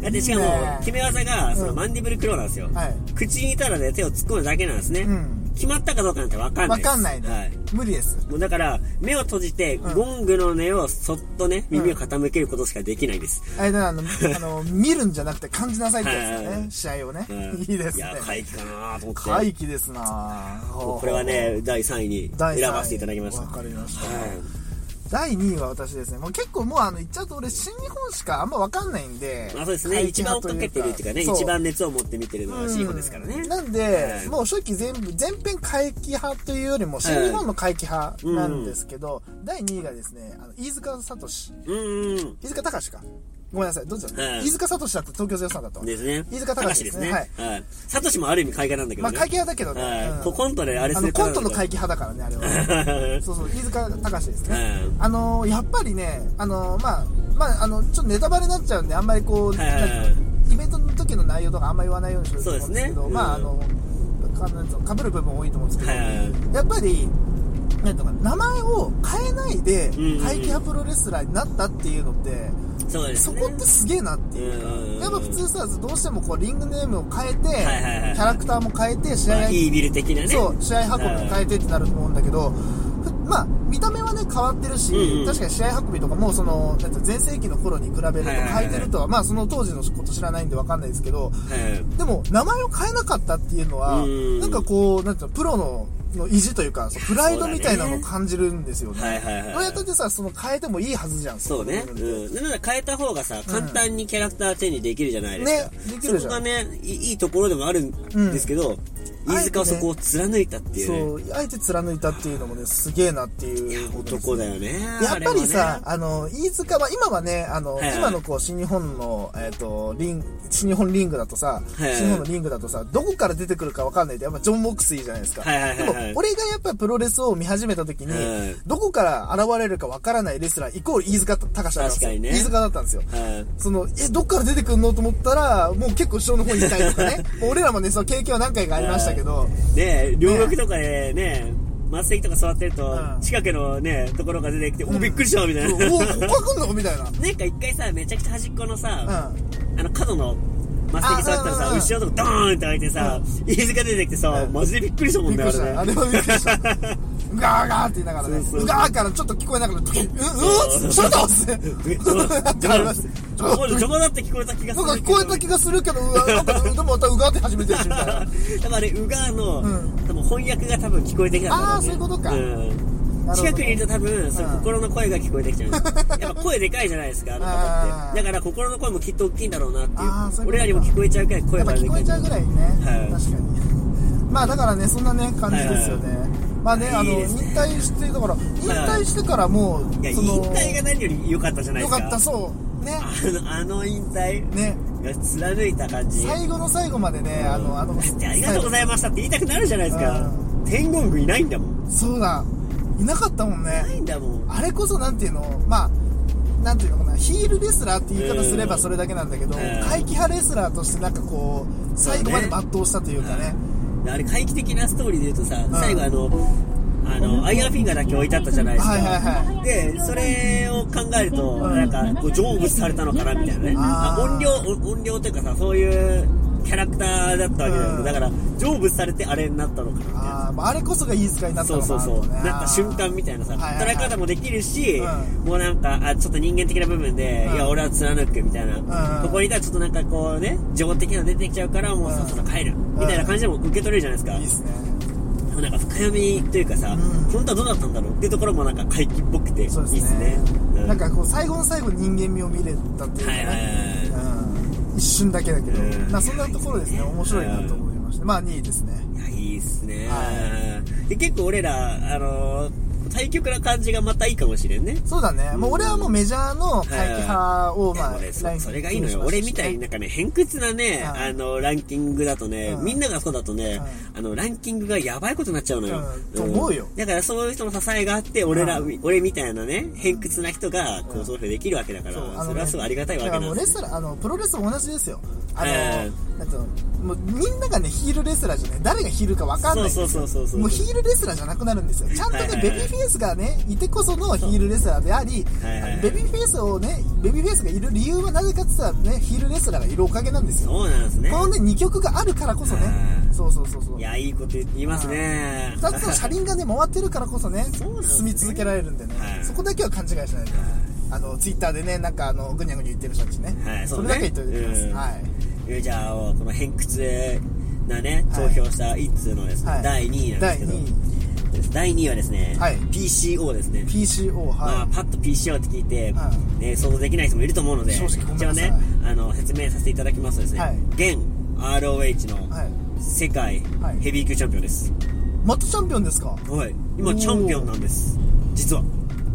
[SPEAKER 2] いだってしかも
[SPEAKER 1] いいね、
[SPEAKER 2] 決め技が、その
[SPEAKER 1] うん
[SPEAKER 2] マンディブルクローなんですよ。
[SPEAKER 1] はい
[SPEAKER 2] 口にいたらね、手を突っ込むだけなんですね。
[SPEAKER 1] うん
[SPEAKER 2] 決まったかどうかなんて分かんない
[SPEAKER 1] わ
[SPEAKER 2] です。
[SPEAKER 1] かんないね、
[SPEAKER 2] はい。
[SPEAKER 1] 無理です
[SPEAKER 2] もうだから、目を閉じて、
[SPEAKER 1] ん
[SPEAKER 2] ゴングの音をそっとね、耳を傾けることしかできないです。
[SPEAKER 1] あれだなあ のあの見るんじゃなくて感じなさいってやつだ
[SPEAKER 2] は
[SPEAKER 1] ね
[SPEAKER 2] い
[SPEAKER 1] 試合をね、
[SPEAKER 2] うん
[SPEAKER 1] いいです
[SPEAKER 2] い
[SPEAKER 1] ね
[SPEAKER 2] や、怪奇かなと思って。
[SPEAKER 1] 怪奇ですな
[SPEAKER 2] もうこれはね、第3位に
[SPEAKER 1] 第三位
[SPEAKER 2] 選ばせていただきました。
[SPEAKER 1] わかりました、
[SPEAKER 2] はい
[SPEAKER 1] 第2位は私ですね。もう結構もうあの、言っちゃうと俺、新日本しかあんまわかんないんで。
[SPEAKER 2] まあそうですね。
[SPEAKER 1] 会見
[SPEAKER 2] 一番追っかけてるっていうかね、
[SPEAKER 1] そう
[SPEAKER 2] 一番熱を持って見てるのはシーホですからね。
[SPEAKER 1] なんで、
[SPEAKER 2] はい
[SPEAKER 1] もう正直全部、全編回帰派というよりも、新日本の回帰派なんですけど、第2位がですね、あの、飯塚聡。
[SPEAKER 2] うんうん。
[SPEAKER 1] 飯塚隆か。ごめんなさい、どっちだ、
[SPEAKER 2] はい
[SPEAKER 1] 飯塚聡だって東京ゼロさんだと。
[SPEAKER 2] ですね。
[SPEAKER 1] 飯塚隆ですね
[SPEAKER 2] 隆はい。サトシもある意味海外なんだけ
[SPEAKER 1] ま
[SPEAKER 2] ど
[SPEAKER 1] あ、
[SPEAKER 2] ね。
[SPEAKER 1] 会計派だけどね。
[SPEAKER 2] は
[SPEAKER 1] うん
[SPEAKER 2] い。こうコントであれ
[SPEAKER 1] あ
[SPEAKER 2] す
[SPEAKER 1] の
[SPEAKER 2] る
[SPEAKER 1] コントの
[SPEAKER 2] 会
[SPEAKER 1] 会議派だからね、あれは。そうそう、飯塚隆ですね。
[SPEAKER 2] うん
[SPEAKER 1] あのやっぱりね、あのまあ、まあ、あの、ちょっとネタバレになっちゃうんで、あんまりこう、
[SPEAKER 2] はいはいはい
[SPEAKER 1] なんかイベントの時の内容とかあんまり言わないようにしようと思うんですけど、
[SPEAKER 2] そうですね
[SPEAKER 1] まあ、あ
[SPEAKER 2] うん
[SPEAKER 1] の、かなんつうのかぶる部分多いと思うんですけ
[SPEAKER 2] は
[SPEAKER 1] ど、
[SPEAKER 2] いはいはい
[SPEAKER 1] やっぱり、なんとか、名前を変えないで、
[SPEAKER 2] んうん
[SPEAKER 1] 会計派プロレスラーになったっていうのって、
[SPEAKER 2] そうです
[SPEAKER 1] そ
[SPEAKER 2] ね。
[SPEAKER 1] こってすげえなっていうか
[SPEAKER 2] うんうんうん
[SPEAKER 1] やっぱ普通さ、どうしてもこう、リングネームを変えて、
[SPEAKER 2] はいはいはい
[SPEAKER 1] キャラクターも変えて、試
[SPEAKER 2] ま
[SPEAKER 1] 合
[SPEAKER 2] あ
[SPEAKER 1] や
[SPEAKER 2] いいビル的なね。
[SPEAKER 1] そう、試合運びを変えてってなると思うんだけど、ふまあ、見た目はね、変わってるし、
[SPEAKER 2] うんうん
[SPEAKER 1] 確かに試合運びとかも、その、なんていうの全盛期の頃に比べると
[SPEAKER 2] はいはいは
[SPEAKER 1] 変
[SPEAKER 2] い
[SPEAKER 1] えてるとは、まあ、その当時のこと知らないんでわかんないですけど、
[SPEAKER 2] はい。
[SPEAKER 1] でも、名前を変えなかったっていうのは、
[SPEAKER 2] うん
[SPEAKER 1] なんかこう、なんていうの、プロの、の意地というか、そうプライドみたいなのを感じるんですよね。
[SPEAKER 2] はいはいはい
[SPEAKER 1] どうやったってさ、その変えてもいいはずじゃん。
[SPEAKER 2] そうね。
[SPEAKER 1] の部
[SPEAKER 2] う
[SPEAKER 1] 分って
[SPEAKER 2] ん。なので変えた方がさ、簡単にキャラクター手にできるじゃないですか。
[SPEAKER 1] ねできるじゃん
[SPEAKER 2] そこがね、いいいところでもあるんですけど、
[SPEAKER 1] うん
[SPEAKER 2] 飯塚はそこを貫いたっていうね。
[SPEAKER 1] そう、あえて貫いたっていうのもね、すげえなっていうことですね。
[SPEAKER 2] 男だよね。
[SPEAKER 1] やっぱり
[SPEAKER 2] あれは
[SPEAKER 1] さ、
[SPEAKER 2] ね
[SPEAKER 1] あの、飯塚は、今はね、あの、
[SPEAKER 2] はいはい
[SPEAKER 1] 今のこう、新日本の、えっ、と、リン、新日本リングだとさ、
[SPEAKER 2] いはい
[SPEAKER 1] 新日本のリングだとさ、どこから出てくるかわかんないで、やっぱジョン・モックスいいじゃないですか。
[SPEAKER 2] はいはいはいは
[SPEAKER 1] で
[SPEAKER 2] い
[SPEAKER 1] も、俺がやっぱプロレスを見始めた時に、
[SPEAKER 2] はい
[SPEAKER 1] どこから現れるかわからないレスラー、イコール飯塚隆だったんです
[SPEAKER 2] 確か
[SPEAKER 1] よ。
[SPEAKER 2] にね
[SPEAKER 1] 飯塚だったんですよ。
[SPEAKER 2] はい
[SPEAKER 1] その、え、どっから出てくるのと思ったら、もう結構後ろの方にいたりとか ね。もう俺らもね、その経験は何回かありましたけど、
[SPEAKER 2] ね両国とかでね、末席とか座ってると
[SPEAKER 1] うん、
[SPEAKER 2] 近くのね、ところが出てきて、お、びっくりしたみたいな。
[SPEAKER 1] おお、ここ来んのみたいな。
[SPEAKER 2] なんか一回さ、めちゃくちゃ端っこのさ、
[SPEAKER 1] うん。
[SPEAKER 2] あの角の末席座ったら
[SPEAKER 1] あう
[SPEAKER 2] さ、
[SPEAKER 1] んうん
[SPEAKER 2] 後ろのとかドーンって開いてさ、飯塚出てきてさ、
[SPEAKER 1] うん
[SPEAKER 2] マジでびっくりしたも
[SPEAKER 1] び
[SPEAKER 2] ん
[SPEAKER 1] っ
[SPEAKER 2] ね、
[SPEAKER 1] くり
[SPEAKER 2] あれ
[SPEAKER 1] した。あ
[SPEAKER 2] ね。
[SPEAKER 1] れはびっくり した。うがーがーって言いながらね。
[SPEAKER 2] そうそう
[SPEAKER 1] うがーからちょっと聞こえながら、ドキッう、うーっちょっとっつって。ってなります。
[SPEAKER 2] ちょこちょこだって聞こえた気がす
[SPEAKER 1] な
[SPEAKER 2] る
[SPEAKER 1] んか聞こえた気がするけど、うわ、なんか、でもまたうがーって始めてるし、みたいな。
[SPEAKER 2] 多分あれ、ウガーの、
[SPEAKER 1] うん
[SPEAKER 2] 多分翻訳が多分聞こえてきたんだろね
[SPEAKER 1] あーそういうことか
[SPEAKER 2] うん、
[SPEAKER 1] なるほど
[SPEAKER 2] 近くにいると多分、その
[SPEAKER 1] うん
[SPEAKER 2] 心の声が聞こえてきちゃう。やっぱ声でかいじゃないですか、あの方
[SPEAKER 1] あ
[SPEAKER 2] っ
[SPEAKER 1] ー
[SPEAKER 2] て。だから心の声もきっと大きいんだろうなってい
[SPEAKER 1] あーそういうこと
[SPEAKER 2] う。
[SPEAKER 1] か
[SPEAKER 2] 俺らにも聞こえちゃうくらい声
[SPEAKER 1] やっぱ
[SPEAKER 2] がで
[SPEAKER 1] 聞こ
[SPEAKER 2] か
[SPEAKER 1] え
[SPEAKER 2] い
[SPEAKER 1] ち。ゃうぐらいね。
[SPEAKER 2] はい
[SPEAKER 1] 確かに。まあだからね、そんなね、感じですよね。まあね、あの、
[SPEAKER 2] いい
[SPEAKER 1] 引
[SPEAKER 2] ですね
[SPEAKER 1] 退して、だから、引退してからもう、
[SPEAKER 2] いや、引
[SPEAKER 1] その、
[SPEAKER 2] 退が何より良かったじゃない
[SPEAKER 1] よ
[SPEAKER 2] で
[SPEAKER 1] か
[SPEAKER 2] すか。
[SPEAKER 1] った、そう。ね。
[SPEAKER 2] あの、あの引退、
[SPEAKER 1] ね。
[SPEAKER 2] いや貫いた感じ。
[SPEAKER 1] 最後の最後までね、あの、あの、
[SPEAKER 2] でありがとうございましたって言いたくなるじゃないですか。天国いないんだもん。
[SPEAKER 1] そうだ。いなかったもんね
[SPEAKER 2] な。いんだもん。
[SPEAKER 1] あれこそなんていうのまあなんていうのかなヒールレスラーって言い方すれば
[SPEAKER 2] うん
[SPEAKER 1] それだけなんだけど、
[SPEAKER 2] うん
[SPEAKER 1] 怪奇派レスラーとしてなんかこう最後まで
[SPEAKER 2] そうね
[SPEAKER 1] 全うしたというかね
[SPEAKER 2] あれ、怪奇的なストーリーで言うとさ、最後あの、あの、アイアンフィンガーだけ置いてあったじゃないですか。
[SPEAKER 1] はいはいは
[SPEAKER 2] で、それを考えると、
[SPEAKER 1] うん
[SPEAKER 2] なんか、こう、成仏されたのかな、みたいなね。
[SPEAKER 1] あー
[SPEAKER 2] 音量、お音量というかさ、そういうキャラクターだったわけだよ
[SPEAKER 1] うん
[SPEAKER 2] ね。だから、成仏されてあれになったのかな、みたいな。
[SPEAKER 1] あーまああれこそが飯塚になった
[SPEAKER 2] そ
[SPEAKER 1] の
[SPEAKER 2] う
[SPEAKER 1] か
[SPEAKER 2] そ
[SPEAKER 1] な
[SPEAKER 2] う
[SPEAKER 1] と
[SPEAKER 2] そう。
[SPEAKER 1] ね
[SPEAKER 2] なった瞬間みたいなさ、
[SPEAKER 1] はいはいはい
[SPEAKER 2] 捉え方もできるし
[SPEAKER 1] う、
[SPEAKER 2] もうなんか、あ、ちょっと人間的な部分で
[SPEAKER 1] うん、
[SPEAKER 2] いや、俺は貫く、みたい
[SPEAKER 1] うん
[SPEAKER 2] な。ここにいたらちょっとなんかこうね、情報的なの出てきちゃうから、もうそろそろ帰る。みたいな感じでも受け取れるじゃないですか
[SPEAKER 1] いい。ですね
[SPEAKER 2] でもなんか深読みというかさ、
[SPEAKER 1] ん
[SPEAKER 2] 本当はどうだったんだろうっていうところもなんか怪奇っぽくていいっす
[SPEAKER 1] そう
[SPEAKER 2] ね
[SPEAKER 1] ですね
[SPEAKER 2] うん
[SPEAKER 1] なんかこう最後の最後人間味を見れたっていうか
[SPEAKER 2] はいはい
[SPEAKER 1] ね、
[SPEAKER 2] はいは
[SPEAKER 1] うん、一瞬だけだけど、
[SPEAKER 2] うん
[SPEAKER 1] まあそんなところですね面白いなと思いました、まあ2位ですね
[SPEAKER 2] いいやいいっすね、
[SPEAKER 1] は
[SPEAKER 2] で結構俺らあのー対極な感じがまたいいかもしれんね
[SPEAKER 1] そうだね、もう俺はもうメジャーの怪奇派をまあ、ライ
[SPEAKER 2] 俺
[SPEAKER 1] ン
[SPEAKER 2] そ
[SPEAKER 1] に
[SPEAKER 2] それがいいのよ俺みたいになんかね偏屈なね、
[SPEAKER 1] はい
[SPEAKER 2] あのランキングだとね、
[SPEAKER 1] うん
[SPEAKER 2] みんながそうだとね、
[SPEAKER 1] はい
[SPEAKER 2] あのランキングがやばいことになっちゃうのよ、
[SPEAKER 1] うんと思うよ
[SPEAKER 2] だからそういう人の支えがあって俺ら、
[SPEAKER 1] う
[SPEAKER 2] 俺みたいなね偏屈な人がこう投票できるわけだから、
[SPEAKER 1] そうあのね
[SPEAKER 2] それはすごいありがたいわ
[SPEAKER 1] だ
[SPEAKER 2] け
[SPEAKER 1] か
[SPEAKER 2] な
[SPEAKER 1] ら
[SPEAKER 2] んです
[SPEAKER 1] も
[SPEAKER 2] よ
[SPEAKER 1] うレスラーあのプロレスも同じですよあの、
[SPEAKER 2] え
[SPEAKER 1] なんていうのもうみんながねヒールレスラーじゃない誰がヒールか分かんないんですよ
[SPEAKER 2] そうそうそうそうそう
[SPEAKER 1] もうヒールレスラーじゃなくなるんですよちゃんとね、
[SPEAKER 2] はいはい
[SPEAKER 1] ベ
[SPEAKER 2] はい
[SPEAKER 1] ビーフェイスがねいてこそのヒールレスラーであり、
[SPEAKER 2] はいはいはい
[SPEAKER 1] ベビーフェイスをねベビーフェイスがいる理由はなぜかって言ったらねヒールレスラーがいるおかげなんですよ
[SPEAKER 2] そうなんですね
[SPEAKER 1] このね2曲があるからこそね
[SPEAKER 2] はい
[SPEAKER 1] そうそうそうそう
[SPEAKER 2] いやいいこと言いますね
[SPEAKER 1] 2つの車輪がね回ってるからこそね
[SPEAKER 2] そうなんです
[SPEAKER 1] 進
[SPEAKER 2] ね
[SPEAKER 1] み続けられるんでね、
[SPEAKER 2] はい
[SPEAKER 1] そこだけは勘違いしないであのツイッターでねなんかあのぐにゃぐにゃ言ってる人たちね、
[SPEAKER 2] はい
[SPEAKER 1] そ
[SPEAKER 2] そう
[SPEAKER 1] れ
[SPEAKER 2] ね
[SPEAKER 1] だけ言っておいてください、
[SPEAKER 2] うん
[SPEAKER 1] はい
[SPEAKER 2] え じゃあこの偏屈なね
[SPEAKER 1] は
[SPEAKER 2] 投
[SPEAKER 1] い
[SPEAKER 2] 票した一通のですね、
[SPEAKER 1] はい
[SPEAKER 2] 第2位なんですけど
[SPEAKER 1] 第二位
[SPEAKER 2] ったです第2位はですね、
[SPEAKER 1] はい
[SPEAKER 2] PCO ですね
[SPEAKER 1] PCO
[SPEAKER 2] まあ、
[SPEAKER 1] は
[SPEAKER 2] パッと PCO って聞いて、
[SPEAKER 1] は
[SPEAKER 2] えー想像できない人もいると思うので、
[SPEAKER 1] 正直ごめ
[SPEAKER 2] 一
[SPEAKER 1] ん
[SPEAKER 2] 応
[SPEAKER 1] なさい
[SPEAKER 2] ね、あの、説明させていただきますとですね、
[SPEAKER 1] はい
[SPEAKER 2] 現
[SPEAKER 1] い、
[SPEAKER 2] ROH
[SPEAKER 1] は
[SPEAKER 2] の
[SPEAKER 1] い、
[SPEAKER 2] 世界
[SPEAKER 1] はい
[SPEAKER 2] ヘビー級チャンピオンです。
[SPEAKER 1] またチャンピオンですか
[SPEAKER 2] はい。今、チャンピオンなんです。実は。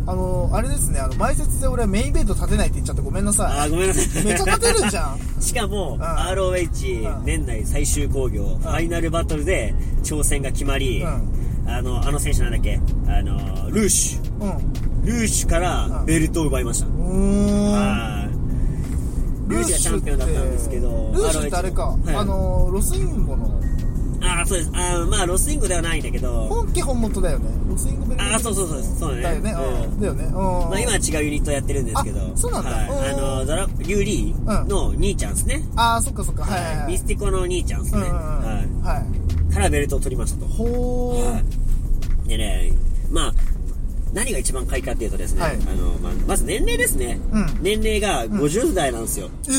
[SPEAKER 1] あのあれですねあの前説で俺メインイベント立てないって言っちゃってごめんな
[SPEAKER 2] あ
[SPEAKER 1] さ
[SPEAKER 2] ー、ごめんなさ
[SPEAKER 1] い
[SPEAKER 2] い。
[SPEAKER 1] めっちゃ立てるじゃん
[SPEAKER 2] しかも、
[SPEAKER 1] ん
[SPEAKER 2] ROH
[SPEAKER 1] うん
[SPEAKER 2] 年内最終興行、ファイナルバトルで挑戦が決まり、
[SPEAKER 1] うん
[SPEAKER 2] あの、あの選手なんだっけあの、ルーシュ。
[SPEAKER 1] う
[SPEAKER 2] ルーシュからベルトを奪いました。
[SPEAKER 1] んうーん
[SPEAKER 2] はいルーシュがチャンピオンだったんですけど、
[SPEAKER 1] ルーシュってあれか、
[SPEAKER 2] ROH はい
[SPEAKER 1] あのロスインゴの
[SPEAKER 2] ああそうですあーまあロスイングではないんだけど
[SPEAKER 1] 本家本元だよねロスインゴベルギー
[SPEAKER 2] あーそうそうそうそう
[SPEAKER 1] だ
[SPEAKER 2] だ
[SPEAKER 1] よ
[SPEAKER 2] ね
[SPEAKER 1] ね、う、
[SPEAKER 2] うんん
[SPEAKER 1] だよね、うん
[SPEAKER 2] まあ、今は違うユニットやってるんですけど
[SPEAKER 1] あそうなんだ
[SPEAKER 2] はい、
[SPEAKER 1] うん
[SPEAKER 2] あのドラリュウリーの兄ちゃんですね、
[SPEAKER 1] ああそっかそっかはいはいはい
[SPEAKER 2] ミスティコの兄ちゃんです
[SPEAKER 1] うん
[SPEAKER 2] ね、
[SPEAKER 1] うんうん
[SPEAKER 2] は
[SPEAKER 1] はい
[SPEAKER 2] い、からベルトを取りましたと、
[SPEAKER 1] ほー、
[SPEAKER 2] はい、でねまあ何が一番快かっていうとですね、
[SPEAKER 1] はい
[SPEAKER 2] あのまあ、まず年齢ですね、
[SPEAKER 1] うん
[SPEAKER 2] 年齢が50代なんですよ、
[SPEAKER 1] え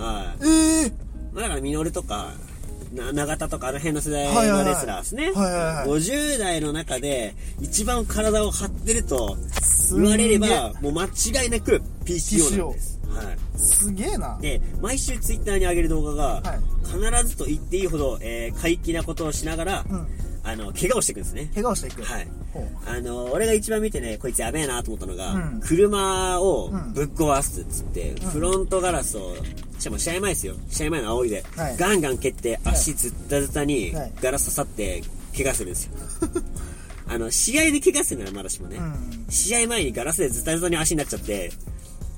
[SPEAKER 2] は
[SPEAKER 1] え
[SPEAKER 2] い
[SPEAKER 1] ええ
[SPEAKER 2] だからミノルとかな永田とかあの辺の世代
[SPEAKER 1] はいはい
[SPEAKER 2] の
[SPEAKER 1] はい
[SPEAKER 2] レスラーですね、
[SPEAKER 1] はいはいはい
[SPEAKER 2] 50代の中で一番体を張ってると
[SPEAKER 1] す
[SPEAKER 2] 言われれ
[SPEAKER 1] げえ
[SPEAKER 2] ばもう間違いなく PCO なんです、は、
[SPEAKER 1] すげえない
[SPEAKER 2] で毎週ツイッターに上げる動画が、
[SPEAKER 1] は
[SPEAKER 2] 必ずと言っていいほど、えー、怪奇なことをしながら、
[SPEAKER 1] うん
[SPEAKER 2] あの怪我をしていくんですね
[SPEAKER 1] 怪我をしていく
[SPEAKER 2] はい
[SPEAKER 1] ほう
[SPEAKER 2] あの俺が一番見てねこいつやべえなと思ったのが、
[SPEAKER 1] うん
[SPEAKER 2] 車を
[SPEAKER 1] うん
[SPEAKER 2] ぶっ壊すっつって、フロントガラスをしかも試合前ですよ試合前の青いで、
[SPEAKER 1] はい
[SPEAKER 2] ガンガン蹴って足ずったずたに
[SPEAKER 1] はい
[SPEAKER 2] ガラス刺さって怪我するんです よ、あの試合で怪我するならまだしもね、
[SPEAKER 1] うん
[SPEAKER 2] 試合前にガラスでずたずたに足になっちゃって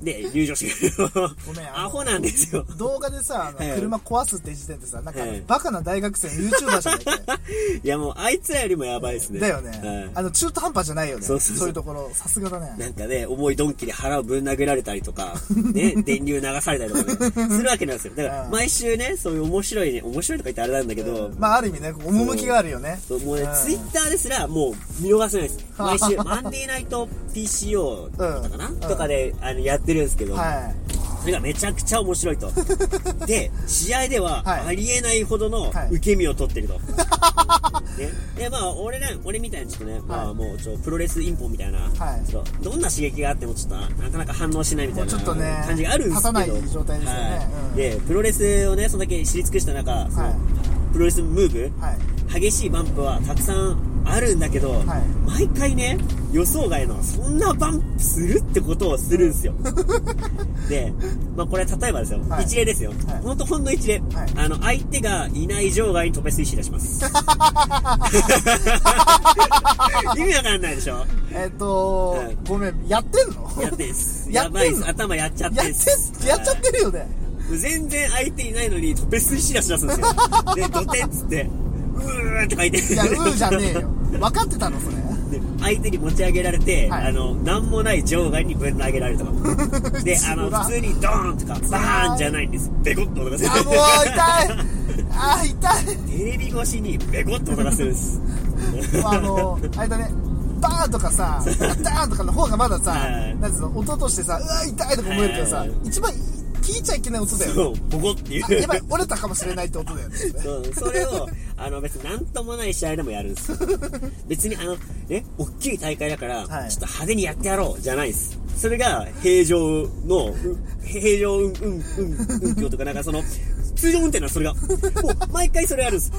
[SPEAKER 2] で 入場してくる
[SPEAKER 1] ごめんあの
[SPEAKER 2] アホなんですよ
[SPEAKER 1] 動画でさあ
[SPEAKER 2] は
[SPEAKER 1] の
[SPEAKER 2] い
[SPEAKER 1] 車壊すって時点でさなんか
[SPEAKER 2] はい
[SPEAKER 1] バカな大学生 YouTuber じゃ ないか
[SPEAKER 2] いやもうあいつらよりもやばいですね
[SPEAKER 1] だよ
[SPEAKER 2] はい
[SPEAKER 1] ねあの中途半端じゃないよね
[SPEAKER 2] そうそうそう
[SPEAKER 1] そういうところさすがだね
[SPEAKER 2] なんかね、重いドンキで腹をぶん殴られたり とか、ね、電流流されたりとかね、するわけなんですよ。だか
[SPEAKER 1] う
[SPEAKER 2] ら、
[SPEAKER 1] ん
[SPEAKER 2] 毎週ね、そういう面白いね、面白いとか言ってあれなんだけど、
[SPEAKER 1] まあある意味ねこう趣があるよね
[SPEAKER 2] そうもうね
[SPEAKER 1] ん、
[SPEAKER 2] ツイッターですら、もう見逃せないです。毎週、マンデーナイト PCO だったかな、
[SPEAKER 1] うん
[SPEAKER 2] とかで、あの、やってるんですけど、
[SPEAKER 1] は
[SPEAKER 2] それがめちゃくちゃ面 白いと。で、試合では、
[SPEAKER 1] はい
[SPEAKER 2] ありえないほどの
[SPEAKER 1] はい
[SPEAKER 2] 受け身を取ってると。 ね、で、まあ、俺ら、俺みたいにちょっとね、ま
[SPEAKER 1] は
[SPEAKER 2] あ、
[SPEAKER 1] い
[SPEAKER 2] もう、ちょ、プロレスインポみたいな、
[SPEAKER 1] はい
[SPEAKER 2] ちょっとどんな刺激があっても、ちょっと、なかなか反応しないみたいな
[SPEAKER 1] もうちょっとね
[SPEAKER 2] 感じがあるんですけど。
[SPEAKER 1] 立たない状態ですよね
[SPEAKER 2] はい
[SPEAKER 1] うん
[SPEAKER 2] で、プロレスをね、そんだけ知り尽くした中、そのプロレスムーブ
[SPEAKER 1] い、はい
[SPEAKER 2] 激しいバンプはたくさんあるんだけど、毎回ね予想外のそんなバンプするってことをする んですよで、まあ、これ例えばですよ、
[SPEAKER 1] はい
[SPEAKER 2] 一例ですよ、
[SPEAKER 1] はい
[SPEAKER 2] ほんとほんの一例、
[SPEAKER 1] はい
[SPEAKER 2] あの相手がいない場外に飛べ推進出します 意味わかんないでしょ
[SPEAKER 1] えっと
[SPEAKER 2] はい
[SPEAKER 1] ごめんやってんの
[SPEAKER 2] やってんす
[SPEAKER 1] や
[SPEAKER 2] や
[SPEAKER 1] ってんの
[SPEAKER 2] ばいっす頭やっちゃって
[SPEAKER 1] や
[SPEAKER 2] ん
[SPEAKER 1] っ
[SPEAKER 2] す
[SPEAKER 1] てやっちゃってるよね
[SPEAKER 2] 全然相手いないのにトペスイシ出し出すん ですよでドテッつってうーって書いて
[SPEAKER 1] いやうーじゃねえ よ分かってたのそれ
[SPEAKER 2] で相手に持ち上げられて、
[SPEAKER 1] はい
[SPEAKER 2] あの何もない場外にぶん投げられる とかであの
[SPEAKER 1] 辛い
[SPEAKER 2] 普通にドーンとかバーンじゃないんですベコッと音がする
[SPEAKER 1] あもう痛いあー痛い
[SPEAKER 2] テレビ越しにベコッと音がするんです
[SPEAKER 1] もうあのあれだねバーンとかさダーンとかの方がまださ、
[SPEAKER 2] はい
[SPEAKER 1] なんつうの音としてさうわ痛いとか思えるけどさ、
[SPEAKER 2] はい
[SPEAKER 1] 一番聞いちゃいけない音だよね
[SPEAKER 2] そうボコってい
[SPEAKER 1] あやばいう折れたかもしれないって音だよね
[SPEAKER 2] そうそれをあの別に何ともない試合でもやるんです よ別にあのね大きい大会だから、
[SPEAKER 1] はい
[SPEAKER 2] ちょっと派手にやってやろうじゃないですそれが平常の平常運運運運動とかなんかその通常運転なのそれがもう毎回それやるんです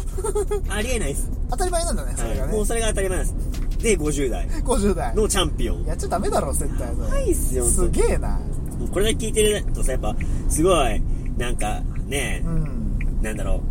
[SPEAKER 2] ありえないです
[SPEAKER 1] 当たり前なんだねそれが
[SPEAKER 2] はい
[SPEAKER 1] ね、
[SPEAKER 2] もうそれが当たり前なんですで50代
[SPEAKER 1] 50代
[SPEAKER 2] のチャンピオン
[SPEAKER 1] やっちゃダメだろ絶対それ
[SPEAKER 2] いっすよ
[SPEAKER 1] すげえな
[SPEAKER 2] もうこれだけ聞いてるとさやっぱすごいなんかね
[SPEAKER 1] うん
[SPEAKER 2] なんだろ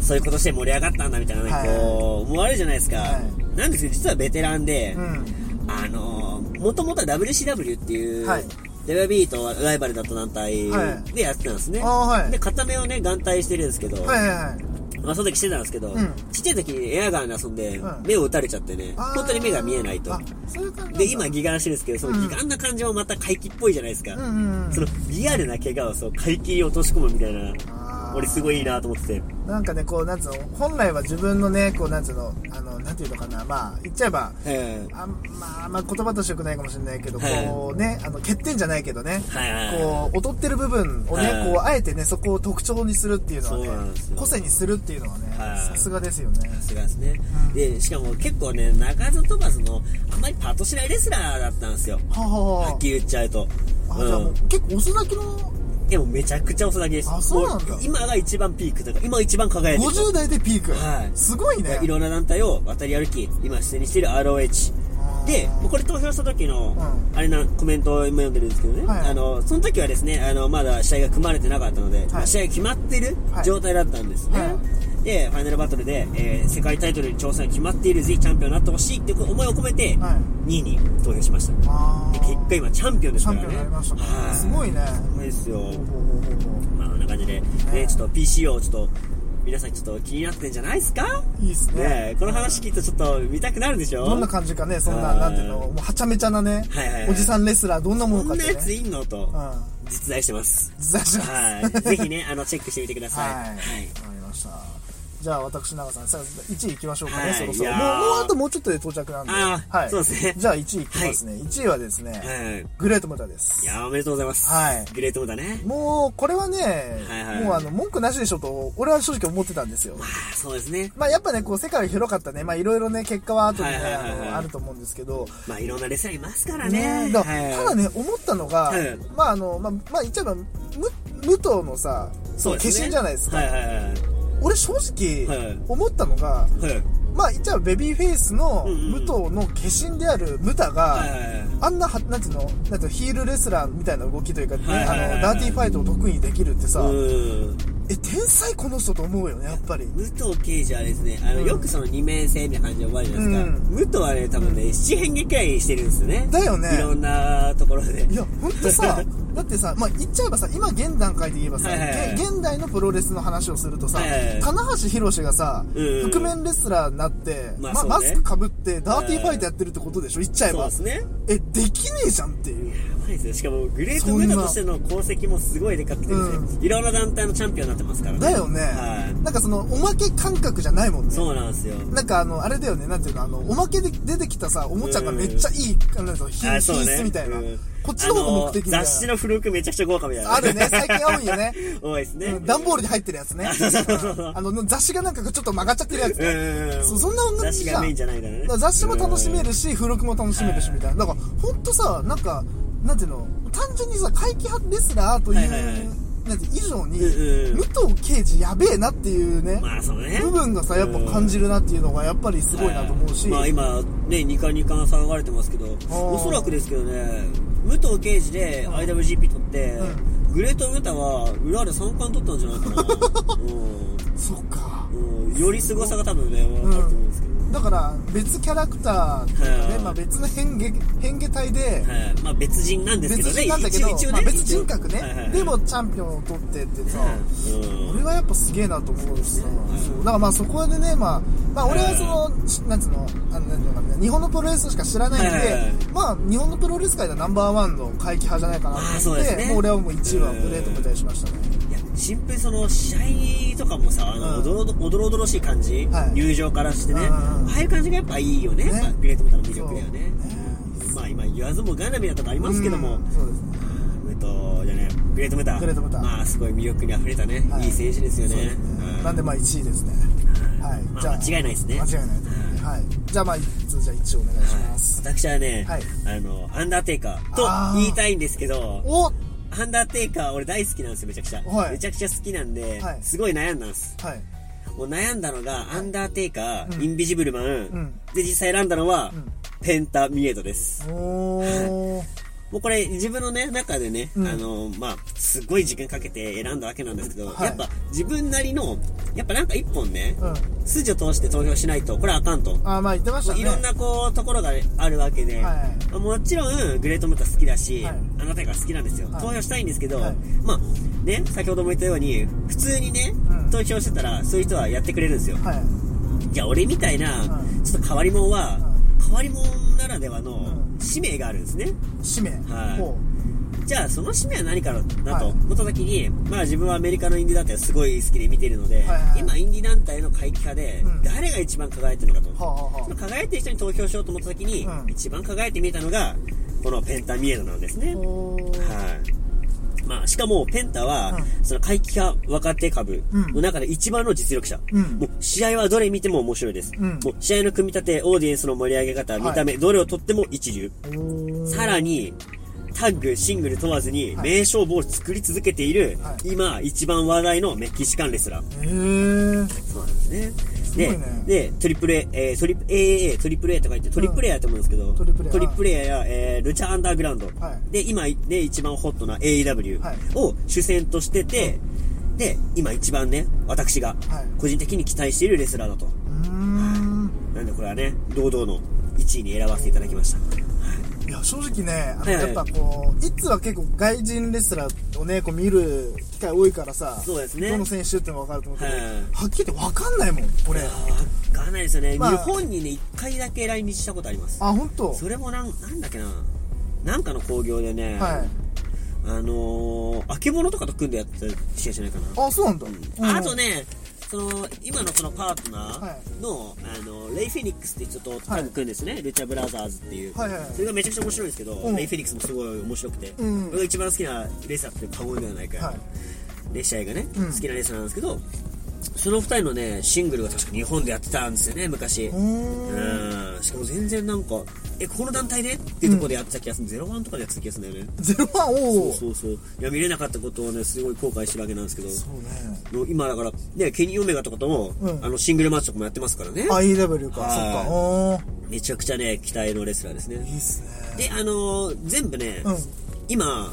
[SPEAKER 2] うそういうことして盛り上がったんだみたいな、ね
[SPEAKER 1] はい
[SPEAKER 2] こう思われるじゃないですか、
[SPEAKER 1] はい
[SPEAKER 2] なんですけど実はベテランで、
[SPEAKER 1] うん
[SPEAKER 2] あのもともとは WCW っていう、
[SPEAKER 1] はい
[SPEAKER 2] WB とライバルだった団体
[SPEAKER 1] はい
[SPEAKER 2] でやってたんですね、
[SPEAKER 1] あーはい
[SPEAKER 2] で片目をね眼帯してるんですけど、
[SPEAKER 1] はいはいはい
[SPEAKER 2] まあ、その時してたんですけど、
[SPEAKER 1] うん
[SPEAKER 2] ちっちゃい時にエアガンで遊んで、
[SPEAKER 1] うん
[SPEAKER 2] 目を打たれちゃってね
[SPEAKER 1] あー
[SPEAKER 2] 本当に目が見えないと
[SPEAKER 1] あそういう感じなんだ
[SPEAKER 2] で今ギガらしいんですけどそのギガンな感じもまた怪奇っぽいじゃないですか、
[SPEAKER 1] うんうんうん
[SPEAKER 2] そのリアルな怪我をそう怪奇に落とし込むみたいな
[SPEAKER 1] ああー
[SPEAKER 2] 俺すごいいいなと思ってて。
[SPEAKER 1] なんかね、こう、なんつうの、本来は自分のね、こう、なんつうの、あの、なんていうのかな、まあ、言っちゃえば、
[SPEAKER 2] え
[SPEAKER 1] あんまあ、まあ、言葉としてよくないかもしれないけど、
[SPEAKER 2] はい
[SPEAKER 1] こうね、あの、欠点じゃないけどね、
[SPEAKER 2] はいはいはい
[SPEAKER 1] こう、劣ってる部分をね
[SPEAKER 2] は、
[SPEAKER 1] こ
[SPEAKER 2] い
[SPEAKER 1] う、あえてね、そこを特徴にするっていうの
[SPEAKER 2] そう
[SPEAKER 1] は
[SPEAKER 2] なん
[SPEAKER 1] ね
[SPEAKER 2] ですよ、
[SPEAKER 1] 個性にするっていうのはね、
[SPEAKER 2] はい
[SPEAKER 1] さすがですよね。
[SPEAKER 2] さすがですね
[SPEAKER 1] う。ん
[SPEAKER 2] で、しかも結構ね、中里バスの、あんまりパッとしないレスラーだったんですよ。
[SPEAKER 1] はあはあ
[SPEAKER 2] はっきり言っちゃうと。
[SPEAKER 1] あ、じゃあ
[SPEAKER 2] う。
[SPEAKER 1] もうん結構遅咲きの
[SPEAKER 2] でもめちゃくちゃ遅咲きです。
[SPEAKER 1] あそうなんだ
[SPEAKER 2] も今が一番ピークというか、今一番輝いてる。
[SPEAKER 1] 50代でピーク。
[SPEAKER 2] はい
[SPEAKER 1] すごいね。
[SPEAKER 2] いろんな団体を渡り歩き、今出演している ROH
[SPEAKER 1] あー。
[SPEAKER 2] で、もうこれ投票した時の、
[SPEAKER 1] う
[SPEAKER 2] あれな、コメントを今読んでるんですけどね、
[SPEAKER 1] はい
[SPEAKER 2] あの、その時はですね、あの、まだ試合が組まれてなかったので、まあ試合が決まってる
[SPEAKER 1] はい
[SPEAKER 2] 状態だったんですね。
[SPEAKER 1] は
[SPEAKER 2] で、ファイナルバトルで、えー世界タイトルに挑戦が決まっている、ぜひチャンピオンになってほしいっていう思いを込めて、
[SPEAKER 1] はい
[SPEAKER 2] 2位に投票しました。で
[SPEAKER 1] あー
[SPEAKER 2] 結果今チャンピオンです
[SPEAKER 1] チャ
[SPEAKER 2] か
[SPEAKER 1] ン
[SPEAKER 2] ら
[SPEAKER 1] ピオンにな
[SPEAKER 2] ね。
[SPEAKER 1] りましたね
[SPEAKER 2] は。い
[SPEAKER 1] すごいね。
[SPEAKER 2] すごいですよ。
[SPEAKER 1] ほうほうほうほうほ
[SPEAKER 2] まあ、こんな感じ
[SPEAKER 1] ね
[SPEAKER 2] で、ね、ちょっと PCO をちょっと、皆さんちょっと気になってんじゃないですか
[SPEAKER 1] ういいっすね。
[SPEAKER 2] ねえ、この話聞いてちょっと見たくなるでしょ
[SPEAKER 1] どんな感じかね、そんな、
[SPEAKER 2] はい
[SPEAKER 1] なんていうの、もうはちゃめちゃなね、
[SPEAKER 2] はいはいはい
[SPEAKER 1] おじさんレスラー、どんなも
[SPEAKER 2] こ
[SPEAKER 1] のかっ
[SPEAKER 2] んな
[SPEAKER 1] て
[SPEAKER 2] やつ
[SPEAKER 1] ね。
[SPEAKER 2] いんのと
[SPEAKER 1] う、ん。
[SPEAKER 2] 実在してます。
[SPEAKER 1] 実在します。
[SPEAKER 2] はい。ぜひね、あの、チェックしてみてください。
[SPEAKER 1] はい。わかりました。じゃあ、私、長さん、さあ、1位行きましょうかね、
[SPEAKER 2] はい
[SPEAKER 1] そろそろ。
[SPEAKER 2] い
[SPEAKER 1] も
[SPEAKER 2] や
[SPEAKER 1] う、も
[SPEAKER 2] ー
[SPEAKER 1] うあともうちょっとで到着なんで。
[SPEAKER 2] あー
[SPEAKER 1] はい。
[SPEAKER 2] そうですね
[SPEAKER 1] じゃあ、1位行きますね。1位はですね、
[SPEAKER 2] はい。はい。
[SPEAKER 1] グレートムタで
[SPEAKER 2] い
[SPEAKER 1] す。
[SPEAKER 2] やーおめでとうございます。
[SPEAKER 1] はい
[SPEAKER 2] グレートモだね。
[SPEAKER 1] もう、これはね、
[SPEAKER 2] はいはい
[SPEAKER 1] もう、あの、文句なしでしょと、俺は正直思ってたんですよ。
[SPEAKER 2] まあ、そうですね。
[SPEAKER 1] まあ、やっぱね、こう、世界は広かったね。まあ、いろいろね、結果は後にね、
[SPEAKER 2] はいはいはいはい
[SPEAKER 1] あの、あると思うんですけど、
[SPEAKER 2] まあ、いろんなレスラーいますから
[SPEAKER 1] ね
[SPEAKER 2] ね。
[SPEAKER 1] だ
[SPEAKER 2] はい
[SPEAKER 1] ただね、思ったのが、
[SPEAKER 2] はい
[SPEAKER 1] まああの、まあ、まあ、言っちゃえば、む武藤のさ、
[SPEAKER 2] そうですね。
[SPEAKER 1] 化身じゃないですか。
[SPEAKER 2] はいはいはい。
[SPEAKER 1] 俺正直、
[SPEAKER 2] はい
[SPEAKER 1] 思ったのが、
[SPEAKER 2] はい。
[SPEAKER 1] まあ言っちゃえばベビーフェイスの
[SPEAKER 2] うんうん
[SPEAKER 1] 武藤の化身であるムタが、
[SPEAKER 2] はいはいはい。
[SPEAKER 1] あんなは、なんていうの、なんていうのヒールレスラーみたいな動きというか、ね
[SPEAKER 2] はいはいはいはい
[SPEAKER 1] あの、ダーティーファイトを得意にできるってさ、
[SPEAKER 2] うーん。
[SPEAKER 1] え、天才この人と思うよね、やっぱり。
[SPEAKER 2] 武藤刑事はですね、あの、
[SPEAKER 1] うん
[SPEAKER 2] よくその二面性みたいな感じで終わるじゃないですか。
[SPEAKER 1] う
[SPEAKER 2] 武藤はね、多分ね、七変化くらいしてるんですよね。
[SPEAKER 1] だよね
[SPEAKER 2] いろんなところで。
[SPEAKER 1] いや、ほんと さ、だってさ、まあ、言っちゃえばさ、今現段階で言えばさ、
[SPEAKER 2] はいはいはい
[SPEAKER 1] げ現代のプロレスの話をするとさ、
[SPEAKER 2] はいはいはい
[SPEAKER 1] 棚橋宏がさ、
[SPEAKER 2] うん
[SPEAKER 1] 覆面レスラーになって、
[SPEAKER 2] まあ
[SPEAKER 1] ま
[SPEAKER 2] そうね
[SPEAKER 1] マスクかぶって、ダーティーファイトやってるってことでしょ、言っちゃえ
[SPEAKER 2] そう
[SPEAKER 1] ば
[SPEAKER 2] で。すね。
[SPEAKER 1] え、できねえじゃんっていう。
[SPEAKER 2] やばいですよ。しかも、グレートメタとしての功績もすごいでかくてですね、いろんな団体のチャンピオンになってますからね。
[SPEAKER 1] だよね。
[SPEAKER 2] は
[SPEAKER 1] なんかその、おまけ感覚じゃないもん
[SPEAKER 2] い。
[SPEAKER 1] ね。
[SPEAKER 2] そうなんですよ。
[SPEAKER 1] なんかあの、あれだよね、なんていうの、あの、おまけで出てきたさ、おもちゃがめっちゃいい、あの、ひ
[SPEAKER 2] あ
[SPEAKER 1] 品質みたいな。
[SPEAKER 2] うん
[SPEAKER 1] こっちの方が目的みたい
[SPEAKER 2] あの
[SPEAKER 1] な。
[SPEAKER 2] 雑誌の付録めちゃくちゃ豪華みたいな。
[SPEAKER 1] あるね、最近多いよね。
[SPEAKER 2] 多いですね。
[SPEAKER 1] うん段ボールに入ってるやつね。あの、雑誌がなんかちょっと曲がっちゃってるやつね。
[SPEAKER 2] うん
[SPEAKER 1] そそんな音楽
[SPEAKER 2] 雑誌
[SPEAKER 1] じゃ
[SPEAKER 2] がメイ
[SPEAKER 1] ん。
[SPEAKER 2] ンじゃないからね
[SPEAKER 1] だから雑誌も楽しめ
[SPEAKER 2] る
[SPEAKER 1] るし、付録も楽しめるしみたいな。だから、ほんとさ、なんか、なんていうの、単純にさ、怪奇派レスラーとい、
[SPEAKER 2] はいはいはいう
[SPEAKER 1] なんて以上に、
[SPEAKER 2] うんうん
[SPEAKER 1] 武藤刑事やべえなっていうね、
[SPEAKER 2] まあそうね
[SPEAKER 1] 部分がさ、やっぱ感じるなっていうのが、やっぱりすごいなと思うし、
[SPEAKER 2] まあ今ね二冠二冠騒がれてますけどおそらくですけどね武藤刑事で IWGP 取って、グレートムタは裏で三冠取ったんじゃ ないかな、
[SPEAKER 1] そっか。
[SPEAKER 2] うんうん、より凄さが多分ね分かると思うんですけど、
[SPEAKER 1] だから、別キャラクターっていうかね、
[SPEAKER 2] はい
[SPEAKER 1] まあ別の変化、変化体で、
[SPEAKER 2] はいまあ別人なんですけどね
[SPEAKER 1] 別人なんだけど、
[SPEAKER 2] 一応一応ね、
[SPEAKER 1] まあ、別人格ね、
[SPEAKER 2] はいはいはい
[SPEAKER 1] でもチャンピオンを取ってってさ、
[SPEAKER 2] うん
[SPEAKER 1] 俺はやっぱすげえなと思うしさ、
[SPEAKER 2] うん
[SPEAKER 1] そうだからまあそこでね、まあ、まあ俺はその、しなんつうの、あのなんていうのかな、日本のプロレスしか知らないんで、
[SPEAKER 2] はいはいはい
[SPEAKER 1] まあ日本のプロレス界ではナンバーワンの怪奇派じゃないかな
[SPEAKER 2] あー
[SPEAKER 1] と
[SPEAKER 2] そう
[SPEAKER 1] 思っ
[SPEAKER 2] で
[SPEAKER 1] て、
[SPEAKER 2] すね
[SPEAKER 1] もう俺はもう1位はグレートみたいにしましたね。
[SPEAKER 2] いやシンプルにその試合とかもさあの、
[SPEAKER 1] うん
[SPEAKER 2] おどろおどろおどろしい感じ、
[SPEAKER 1] はい
[SPEAKER 2] 入場からしてね、
[SPEAKER 1] うんうんうん
[SPEAKER 2] ああいう感じがやっぱいいよね
[SPEAKER 1] ね
[SPEAKER 2] やっぱグレートムタの魅
[SPEAKER 1] そう
[SPEAKER 2] 力だよね
[SPEAKER 1] ね
[SPEAKER 2] まあ今言わずもがなみなとかありますけども、
[SPEAKER 1] うんそうですね。
[SPEAKER 2] えっとじゃあねグレートムタ
[SPEAKER 1] グレートムタ
[SPEAKER 2] まあすごい魅力にあふれたね、
[SPEAKER 1] はい
[SPEAKER 2] い、い選手ですよね
[SPEAKER 1] そうですね
[SPEAKER 2] うん
[SPEAKER 1] なんでまあ1位ですね。はい。
[SPEAKER 2] まあ間違いないですね
[SPEAKER 1] 間違いないと思うんで。はい。じゃあまあ、じゃあ1位お願いします。
[SPEAKER 2] 私はね、
[SPEAKER 1] はい
[SPEAKER 2] あの、アンダーテイカーと
[SPEAKER 1] あー
[SPEAKER 2] 言いたいんですけど、
[SPEAKER 1] おは
[SPEAKER 2] アンダーテイカー俺大好きなんですよ、めちゃくちゃ。
[SPEAKER 1] はい
[SPEAKER 2] めちゃくちゃ好きなんで、
[SPEAKER 1] はい
[SPEAKER 2] すごい悩んだんです。
[SPEAKER 1] い。
[SPEAKER 2] もう悩んだのが、アンダーテイカー、
[SPEAKER 1] うん
[SPEAKER 2] インビジブルマン、
[SPEAKER 1] ん
[SPEAKER 2] で、実際選んだのは、
[SPEAKER 1] ん
[SPEAKER 2] ペンタミエートです。
[SPEAKER 1] おー。
[SPEAKER 2] もうこれ、自分のね、中でね、
[SPEAKER 1] うん
[SPEAKER 2] あの、まあ、すごい時間かけて選んだわけなんですけど、
[SPEAKER 1] はい
[SPEAKER 2] やっぱ、自分なりの、やっぱなんか一本ね、
[SPEAKER 1] うん。
[SPEAKER 2] 筋を通して投票しないと、これあかんと。
[SPEAKER 1] あーまあ言ってました
[SPEAKER 2] もう
[SPEAKER 1] ね。
[SPEAKER 2] いろんなこう、ところがあるわけで、
[SPEAKER 1] はい
[SPEAKER 2] もちろん、グレートムタ好きだし、
[SPEAKER 1] はい
[SPEAKER 2] あなたが好きなんですよ、
[SPEAKER 1] はい
[SPEAKER 2] 投票したいんですけど、
[SPEAKER 1] はい
[SPEAKER 2] まあ、ね、先ほども言ったように、普通にね、
[SPEAKER 1] うん
[SPEAKER 2] 投票してたら、そういう人はやってくれるんですよ。
[SPEAKER 1] はい。
[SPEAKER 2] じゃあ俺みたいな、
[SPEAKER 1] うん
[SPEAKER 2] ちょっと変わり者は、
[SPEAKER 1] う
[SPEAKER 2] 変わり者ならではの
[SPEAKER 1] う
[SPEAKER 2] 使命があるんですね。
[SPEAKER 1] 使命。
[SPEAKER 2] はい
[SPEAKER 1] ほう
[SPEAKER 2] じゃあその使命は何かなと
[SPEAKER 1] はい
[SPEAKER 2] 思った時に、まあ自分はアメリカのインディ団体をすごい好きで見ているので、
[SPEAKER 1] はいはいはい
[SPEAKER 2] 今インディ団体の会期派で
[SPEAKER 1] うん
[SPEAKER 2] 誰が一番輝いてるのかと、
[SPEAKER 1] はあはあは
[SPEAKER 2] その輝いてる人に投票しようと思った時に、
[SPEAKER 1] うん
[SPEAKER 2] 一番輝いて見えたのがこのペンタミエドなんですね、
[SPEAKER 1] あおー
[SPEAKER 2] はい。まあ、しかも、ペンタは、
[SPEAKER 1] う
[SPEAKER 2] その怪奇派若手株の中で一番の実力者。
[SPEAKER 1] うん
[SPEAKER 2] もう、試合はどれ見ても面白いです。
[SPEAKER 1] うん
[SPEAKER 2] もう、試合の組み立て、オーディエンスの盛り上げ方、
[SPEAKER 1] い
[SPEAKER 2] 見た目、どれをとっても一流。
[SPEAKER 1] おー
[SPEAKER 2] さらに、タッグ、シングル問わずに、
[SPEAKER 1] はい
[SPEAKER 2] 名勝負を作り続けている、
[SPEAKER 1] は
[SPEAKER 2] 今、一番話題のメキシカンレスラー。
[SPEAKER 1] へー
[SPEAKER 2] そうなんですね。
[SPEAKER 1] ごい
[SPEAKER 2] で、
[SPEAKER 1] ね
[SPEAKER 2] で、トリプル A、えー、トリプ AAA、トリプル A とか言って、トリプル A やと思うんですけど、
[SPEAKER 1] トリプル A
[SPEAKER 2] トリプル A や、えー、ルチャーアンダーグラウンド。
[SPEAKER 1] はい
[SPEAKER 2] で、今、ね、一番ホットな AEW
[SPEAKER 1] はい
[SPEAKER 2] を主戦としてて、で、今一番ね、私が
[SPEAKER 1] はい
[SPEAKER 2] 個人的に期待しているレスラーだと。
[SPEAKER 1] うーん
[SPEAKER 2] なんでこれはね、堂々の1位に選ばせていただきました。
[SPEAKER 1] いや正直ね、あの
[SPEAKER 2] はいはい
[SPEAKER 1] やっぱこう、いつは結構外人レスラーをね、こう見る機会多いからさ、
[SPEAKER 2] そうですね
[SPEAKER 1] どの選手っていうのが分かると思うけど、
[SPEAKER 2] はいはいはい
[SPEAKER 1] はっきり言って分かんないもん、これ。
[SPEAKER 2] あ
[SPEAKER 1] あ、
[SPEAKER 2] ーわかんないですよね。
[SPEAKER 1] まあ
[SPEAKER 2] 日本にね、1回だけ来日したことあります。
[SPEAKER 1] ほんと
[SPEAKER 2] それもなん、なんだっけな。なんかの興行でね、
[SPEAKER 1] はい。
[SPEAKER 2] あのー、あけぼのとかと組んでやった試合じゃないかな。
[SPEAKER 1] あ、そうなんだ。うん
[SPEAKER 2] あと、ね、その、今のそのパートナーの、あの、レイ・フェニックスって人とタッグ組んですね、ルチャ・ブラザーズっていう、
[SPEAKER 1] はいはいはい
[SPEAKER 2] それがめちゃくちゃ面白いんですけど、
[SPEAKER 1] うん
[SPEAKER 2] レイ・フェニックスもすごい面白くて、
[SPEAKER 1] うん
[SPEAKER 2] 僕が一番好きなレーサーって過言ではないから、
[SPEAKER 1] は
[SPEAKER 2] で、試合がね、
[SPEAKER 1] うん
[SPEAKER 2] 好きなレーサーなんですけど、その二人のね、シングルが確か日本でやってたんですよね、昔。
[SPEAKER 1] うーん。
[SPEAKER 2] うんしかも全然なんか、え、この団体でっていうところでやってた気がする、ゼロワンとかでやってた気がするんだよね。
[SPEAKER 1] ゼロワン、おお。そ
[SPEAKER 2] そうそう。いや、見れなかったことをね、すごい後悔してるわけなんですけど。
[SPEAKER 1] うね。
[SPEAKER 2] の今だから、ね、ケニー・オメガとかとも、
[SPEAKER 1] うん
[SPEAKER 2] あのシングルマッチとかもやってますからね。
[SPEAKER 1] IW
[SPEAKER 2] は
[SPEAKER 1] か、
[SPEAKER 2] い
[SPEAKER 1] そっか。おー
[SPEAKER 2] めちゃくちゃね、期待のレスラーです
[SPEAKER 1] いい
[SPEAKER 2] ね。
[SPEAKER 1] っすね。
[SPEAKER 2] で、あのー全部ね、
[SPEAKER 1] うん
[SPEAKER 2] 今、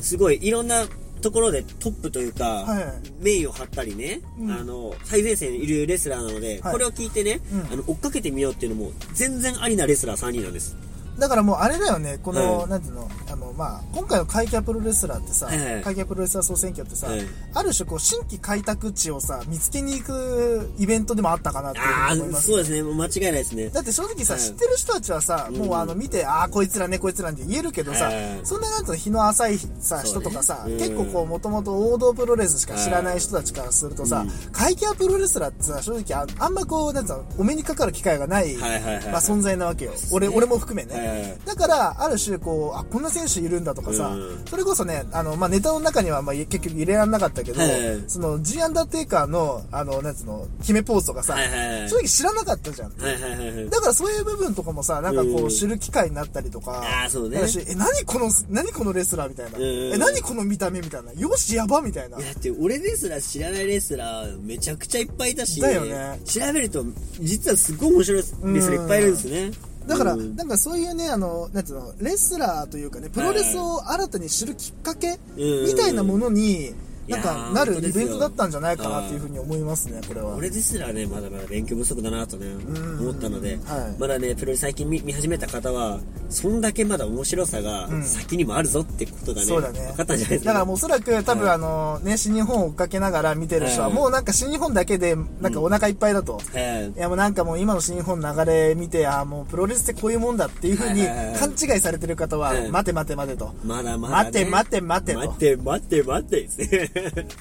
[SPEAKER 2] すごいいろんなところでトップというか、
[SPEAKER 1] はい
[SPEAKER 2] メインを張ったりね、
[SPEAKER 1] うん
[SPEAKER 2] あの、最前線にいるレスラーなので、
[SPEAKER 1] はい
[SPEAKER 2] これを聞いてね、
[SPEAKER 1] うん
[SPEAKER 2] あの、追っかけてみようっていうのも、全然ありなレスラー3人なんです。
[SPEAKER 1] だからもうあれだよね、この、
[SPEAKER 2] はい
[SPEAKER 1] なんていうの、あの、まあ、今回の会客プロレスラーってさ、
[SPEAKER 2] はいはい
[SPEAKER 1] 会客プロレスラー総選挙ってさ、
[SPEAKER 2] はい
[SPEAKER 1] ある種こう、新規開拓地をさ、見つけに行くイベントでもあったかなっていう
[SPEAKER 2] あ
[SPEAKER 1] ふうに思い
[SPEAKER 2] あ、
[SPEAKER 1] ます
[SPEAKER 2] そうですね、もう間違いないですね。
[SPEAKER 1] だって正直さ、
[SPEAKER 2] はい
[SPEAKER 1] 知ってる人たちはさ、もうあの見て、ああ、こいつらね、こいつらねって言えるけどさ、
[SPEAKER 2] はい
[SPEAKER 1] そんななんと日の浅いさ、
[SPEAKER 2] そうね
[SPEAKER 1] 人とかさ、
[SPEAKER 2] うん
[SPEAKER 1] 結構こう、もともと王道プロレスしか知らない人たちからするとさ、会計プロレスラーってさ、正直ああんまこう、なんつうの、お目にかかる機会がない、
[SPEAKER 2] はいはいはい
[SPEAKER 1] まあ存在なわけよ。俺、俺も含めね。
[SPEAKER 2] はい
[SPEAKER 1] だから、ある種こう、あ、こんな選手いるんだとかさ、
[SPEAKER 2] うん
[SPEAKER 1] それこそね、あの、まあネタの中にはまあ結局入れられなかったけど、
[SPEAKER 2] はい
[SPEAKER 1] その、ジーアンダーテイカーの、あの、なんつうの、決めポーズとかさ、
[SPEAKER 2] はいはいはい
[SPEAKER 1] 正直知らなかったじゃん。
[SPEAKER 2] はいはいはいはい。
[SPEAKER 1] だからそういう部分とかもさ、なんかこ
[SPEAKER 2] う
[SPEAKER 1] うん知る機会になったりとか、
[SPEAKER 2] あーそうね
[SPEAKER 1] だしえ、何この、何このレスラーみたいな、
[SPEAKER 2] うんうんうん
[SPEAKER 1] え、何この見た目みたいな、よしやばみたいな。
[SPEAKER 2] いやだって俺ですら知らないレスラーめちゃくちゃいっぱいいたし、
[SPEAKER 1] だよね
[SPEAKER 2] 調べると実はすっごい面白いレスラーいっぱいいるんですね
[SPEAKER 1] だから、
[SPEAKER 2] うん
[SPEAKER 1] なんかそういうね、あの、なんていうの、レスラーというかね、プロレスを新たに知るきっかけ
[SPEAKER 2] うん
[SPEAKER 1] みたいなものに、
[SPEAKER 2] いや
[SPEAKER 1] なん
[SPEAKER 2] ー
[SPEAKER 1] かなるイベントだったんじゃないか
[SPEAKER 2] 本
[SPEAKER 1] な
[SPEAKER 2] 当
[SPEAKER 1] っ
[SPEAKER 2] ですよ
[SPEAKER 1] ていうふうに思いますね、これは。
[SPEAKER 2] 俺ですらねまだまだ勉強不足だなとね
[SPEAKER 1] ん
[SPEAKER 2] 思ったので、
[SPEAKER 1] はい
[SPEAKER 2] まだねプロレス最近見見始めた方はそんだけまだ面白さが
[SPEAKER 1] ん
[SPEAKER 2] 先にもあるぞってことがね,、
[SPEAKER 1] そうだね
[SPEAKER 2] 分かったんじゃないです
[SPEAKER 1] だ
[SPEAKER 2] か
[SPEAKER 1] からもうおそらく多分あのね、新日本を追っかけながら見てる人は
[SPEAKER 2] はい
[SPEAKER 1] もうなんか新日本だけでなんかお腹いっぱいだと。
[SPEAKER 2] え
[SPEAKER 1] いやもうなんかもう今の新日本の流れ見て、ああ、もうプロレスってこういうもんだっていう風に
[SPEAKER 2] はいはいはい
[SPEAKER 1] 勘違いされてる方は
[SPEAKER 2] う、ん
[SPEAKER 1] 待て待て待てと。
[SPEAKER 2] えまだまだ、ね、
[SPEAKER 1] 待て待て待
[SPEAKER 2] 待
[SPEAKER 1] て
[SPEAKER 2] て待て待てですね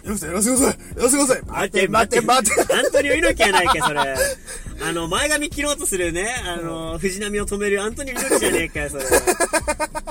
[SPEAKER 1] よせ、やらせてくださいやらせてください待て待て待て
[SPEAKER 2] アントニオ猪木やないか それあの前髪切ろうとするねあの藤波を止めるアントニオ猪木じゃねえかよそれ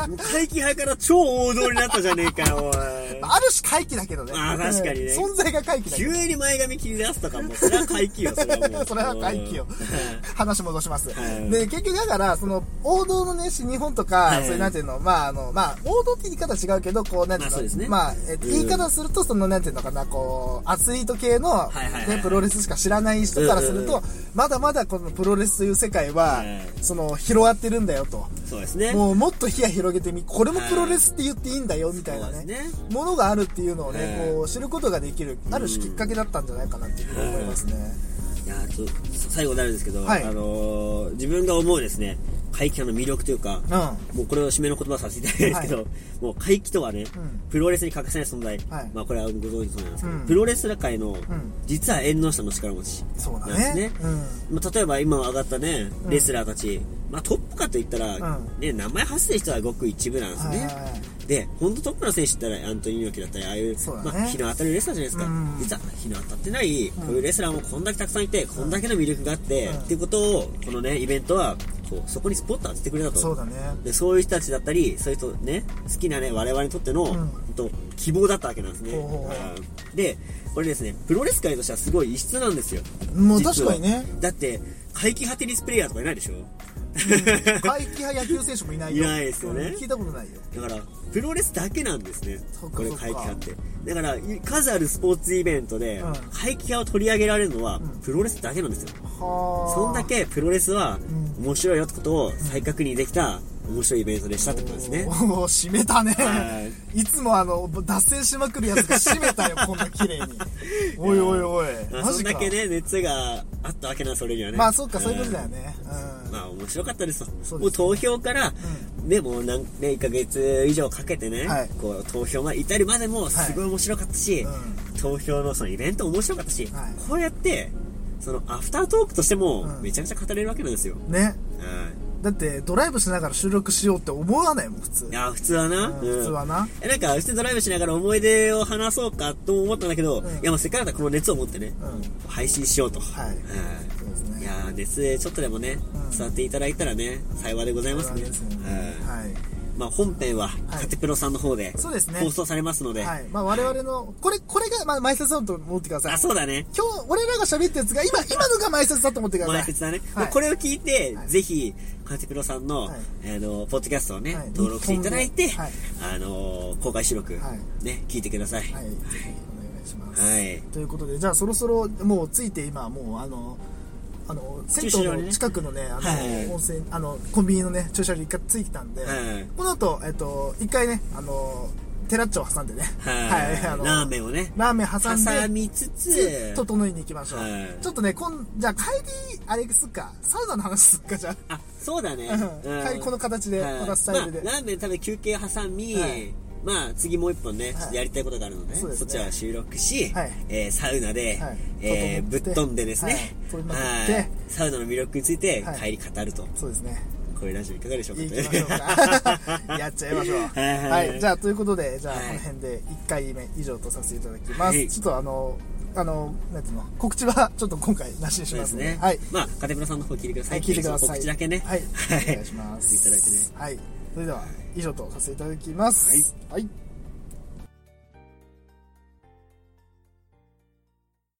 [SPEAKER 2] もう怪奇派から超王道になったじゃねえかよおい
[SPEAKER 1] ある種回帰だけどね。
[SPEAKER 2] あー確かにね
[SPEAKER 1] 存在が回帰だけど。
[SPEAKER 2] 急に前髪切り出すとかもうそれは怪奇よそれはも う
[SPEAKER 1] それは回帰よ
[SPEAKER 2] うん。
[SPEAKER 1] 話戻します。
[SPEAKER 2] はい
[SPEAKER 1] で、結局だから、その、王道のね、新日本とか、
[SPEAKER 2] い
[SPEAKER 1] そういうなんていうの、まあ、あの、まあ、王道って言い方違うけど、こう、なんていう
[SPEAKER 2] まあそうです
[SPEAKER 1] の、
[SPEAKER 2] ね
[SPEAKER 1] まあ、えっと
[SPEAKER 2] うん
[SPEAKER 1] 言い方すると、その、なんていうのかな、こう、アスリート系の、
[SPEAKER 2] はいはいはい
[SPEAKER 1] ね、プロレスしか知らない人からする
[SPEAKER 2] う
[SPEAKER 1] と
[SPEAKER 2] ん、
[SPEAKER 1] まだまだこのプロレスという世界は
[SPEAKER 2] は、い
[SPEAKER 1] その、広がってるんだよと。
[SPEAKER 2] そうですね
[SPEAKER 1] もう、もっと視野広げてみ、これもプロレスって言っていいんだよ、みたいな
[SPEAKER 2] そう
[SPEAKER 1] ね
[SPEAKER 2] ですね。
[SPEAKER 1] ものがあるっていうのをね、
[SPEAKER 2] うん
[SPEAKER 1] こう、知ることができる、ある種きっかけだったんじゃないかなっていうふうに思いますね。
[SPEAKER 2] いやーちょっと最後になるんですけど、
[SPEAKER 1] はい
[SPEAKER 2] あのー自分が思うですね怪奇派の魅力というか、
[SPEAKER 1] う
[SPEAKER 2] もうこれを締めの言葉させていただきたいんですけど、もう怪奇とはね、
[SPEAKER 1] ん
[SPEAKER 2] プロレスに欠かせない存在、
[SPEAKER 1] はい
[SPEAKER 2] まあこれはご存知そうなんですけど、
[SPEAKER 1] うん
[SPEAKER 2] プロレスラー界の、
[SPEAKER 1] ん
[SPEAKER 2] 実は縁の下の力持ち
[SPEAKER 1] そうだ
[SPEAKER 2] なんで
[SPEAKER 1] ね。
[SPEAKER 2] すね。
[SPEAKER 1] うん。
[SPEAKER 2] まあ、例えば今上がったね、レスラーたち、まあトップかと言ったら、
[SPEAKER 1] うん
[SPEAKER 2] ね、名前発生したらごく一部なんです
[SPEAKER 1] はい
[SPEAKER 2] ね
[SPEAKER 1] はいはい。
[SPEAKER 2] で、本当トップの選手って言ったらアントニー猪木だったり、ああいう、
[SPEAKER 1] そうだね
[SPEAKER 2] まあ、日の当たるレスラーじゃないですか。
[SPEAKER 1] うん
[SPEAKER 2] 実は日の当たってない、こういうレスラーもこんだけたくさんいて、こんだけの魅力があって、
[SPEAKER 1] うん
[SPEAKER 2] っていうことを、このね、イベントは、こうそこにスポット当ててくれたと。
[SPEAKER 1] そうだね
[SPEAKER 2] でそういう人たちだったり、そういう人ね、好きなね、我々にとっての、
[SPEAKER 1] ん
[SPEAKER 2] 本当希望だったわけなんですね。
[SPEAKER 1] ほうほうほ
[SPEAKER 2] うんで、これですね、プロレス界としてはすごい異質なんですよ。
[SPEAKER 1] もう
[SPEAKER 2] 実
[SPEAKER 1] 確
[SPEAKER 2] は
[SPEAKER 1] かにね。
[SPEAKER 2] だって、怪奇派テニスプレイヤーとかいないでしょ
[SPEAKER 1] 怪奇派野球選手もいないよ
[SPEAKER 2] いないですよね
[SPEAKER 1] うん聞いたことないよ
[SPEAKER 2] だから、プロレスだけなんですね
[SPEAKER 1] そっ。か
[SPEAKER 2] これ、
[SPEAKER 1] そっか
[SPEAKER 2] 怪奇派って。だから、い数あるスポーツイベントで
[SPEAKER 1] うん、
[SPEAKER 2] 怪奇派を取り上げられるのは
[SPEAKER 1] ん、
[SPEAKER 2] プロレスだけなんですよ。
[SPEAKER 1] はあ
[SPEAKER 2] そんだけプロレスは
[SPEAKER 1] う
[SPEAKER 2] 面白いよってことを再確認できた面白いイベントでしたってことですね
[SPEAKER 1] お。ー締めたね
[SPEAKER 2] はい
[SPEAKER 1] つもあの脱線しまくるやつが締めたよこんな綺麗 においおいおい
[SPEAKER 2] まあ
[SPEAKER 1] マ
[SPEAKER 2] そん
[SPEAKER 1] ジ
[SPEAKER 2] だ
[SPEAKER 1] か
[SPEAKER 2] けね、熱があったわけな、それにはね。
[SPEAKER 1] まあそっかそういうことだ
[SPEAKER 2] よ。
[SPEAKER 1] よねうん
[SPEAKER 2] まあ面白かったです
[SPEAKER 1] すね
[SPEAKER 2] もう投票から、ね、もう何、ね、1ヶ月以上かけてね、
[SPEAKER 1] はい
[SPEAKER 2] こう投票まで至るまでもすごい面白かったし、
[SPEAKER 1] はい
[SPEAKER 2] 投票のそのイベント面白かったし、
[SPEAKER 1] はい
[SPEAKER 2] こうやって、そのアフタートークとしても
[SPEAKER 1] うん
[SPEAKER 2] めちゃくちゃ語れるわけなんですよ。
[SPEAKER 1] ね
[SPEAKER 2] う
[SPEAKER 1] だってドライブしながら収録しようって思わないもん普通
[SPEAKER 2] ん。いや、普通はな。
[SPEAKER 1] うん普通はな
[SPEAKER 2] えなんか、普通にドライブしながら思い出を話そうかとも思ったんだけど、
[SPEAKER 1] ん
[SPEAKER 2] いや、もうせっかくだからこの熱を持ってね、
[SPEAKER 1] うん
[SPEAKER 2] 配信しようと。
[SPEAKER 1] はい
[SPEAKER 2] うん
[SPEAKER 1] そうです
[SPEAKER 2] い
[SPEAKER 1] ね
[SPEAKER 2] やー、熱でちょっとでもね、
[SPEAKER 1] うん
[SPEAKER 2] 伝わっていただいたらね、幸いでございます
[SPEAKER 1] そう
[SPEAKER 2] ね。
[SPEAKER 1] ですよね
[SPEAKER 2] うん
[SPEAKER 1] はい
[SPEAKER 2] まあ、本編は、カテプロさんの方で、
[SPEAKER 1] そうですね
[SPEAKER 2] 放送されますので、
[SPEAKER 1] はい。まあ我々の、これ、これが、まあ、埋設だと思ってください
[SPEAKER 2] あ、。そうだね。
[SPEAKER 1] 今日、俺らが喋ったやつが、今、今のが埋設だと思ってください。
[SPEAKER 2] 前説だね。
[SPEAKER 1] はい
[SPEAKER 2] まあこれを聞いて、
[SPEAKER 1] はい
[SPEAKER 2] ぜひ、カテプロさんの、
[SPEAKER 1] はい
[SPEAKER 2] あの、ポッドキャストをね、
[SPEAKER 1] はい
[SPEAKER 2] 登録していただいて、
[SPEAKER 1] 日本のはい
[SPEAKER 2] あのー公開収録、
[SPEAKER 1] はい
[SPEAKER 2] ね、聞いてください。
[SPEAKER 1] はい。ぜひ、お願いします。
[SPEAKER 2] はい
[SPEAKER 1] ということで、じゃあそろそろ、もうついて今、もう、あの、あの、
[SPEAKER 2] 駐
[SPEAKER 1] 銭
[SPEAKER 2] 車場にね
[SPEAKER 1] 湯の近くのね、あ
[SPEAKER 2] はい
[SPEAKER 1] の、温泉、あの、コンビニのね、駐車場に一回ついてたんで
[SPEAKER 2] はい、
[SPEAKER 1] この後、えっと、一回ね、あの、テラッチョを挟んでね、
[SPEAKER 2] はい
[SPEAKER 1] あの
[SPEAKER 2] ラーメンをね
[SPEAKER 1] ラーメン挟んで
[SPEAKER 2] 挟、みつつ、
[SPEAKER 1] 整いに行きましょう、
[SPEAKER 2] はい
[SPEAKER 1] ちょっとねこんじゃあ帰りあれすっかサウナの話すっかじゃ
[SPEAKER 2] あ、そうだね。
[SPEAKER 1] あ、うん帰りこの形で、
[SPEAKER 2] はい
[SPEAKER 1] またスタイルで、
[SPEAKER 2] まあ、ラーメン食べ休憩挟み、
[SPEAKER 1] はい
[SPEAKER 2] まあ次もう一本ね、
[SPEAKER 1] い
[SPEAKER 2] ちょっとやりたいことがあるので、
[SPEAKER 1] そうです
[SPEAKER 2] そ
[SPEAKER 1] ね
[SPEAKER 2] ちらは収録し、
[SPEAKER 1] はい
[SPEAKER 2] えーサウナで、
[SPEAKER 1] はい
[SPEAKER 2] え
[SPEAKER 1] 整
[SPEAKER 2] ーぶ
[SPEAKER 1] っ
[SPEAKER 2] って飛んでですね、
[SPEAKER 1] はい飛びまくって
[SPEAKER 2] はいサウナの魅力について
[SPEAKER 1] はい
[SPEAKER 2] 帰り語ると、
[SPEAKER 1] そうですね
[SPEAKER 2] こういうラジオいかがでしょうか
[SPEAKER 1] 行きましょう かやっちゃいましょう
[SPEAKER 2] はいはい
[SPEAKER 1] じゃあということでじゃあ
[SPEAKER 2] はい
[SPEAKER 1] この辺で1回目以上とさせていただきます、
[SPEAKER 2] はい
[SPEAKER 1] ちょっとあのあのなんていうの告知はちょっと今回なしにし
[SPEAKER 2] そう
[SPEAKER 1] ま
[SPEAKER 2] ですす
[SPEAKER 1] ので
[SPEAKER 2] ね。
[SPEAKER 1] はい、
[SPEAKER 2] まあ、カテプロさんの方聞いてくだ
[SPEAKER 1] は
[SPEAKER 2] さい。
[SPEAKER 1] い、聞いてください
[SPEAKER 2] 告知だけね。
[SPEAKER 1] はい、お願いしま
[SPEAKER 2] い
[SPEAKER 1] す
[SPEAKER 2] ただいてね。
[SPEAKER 1] はいそれでは以上とさせていただきますはい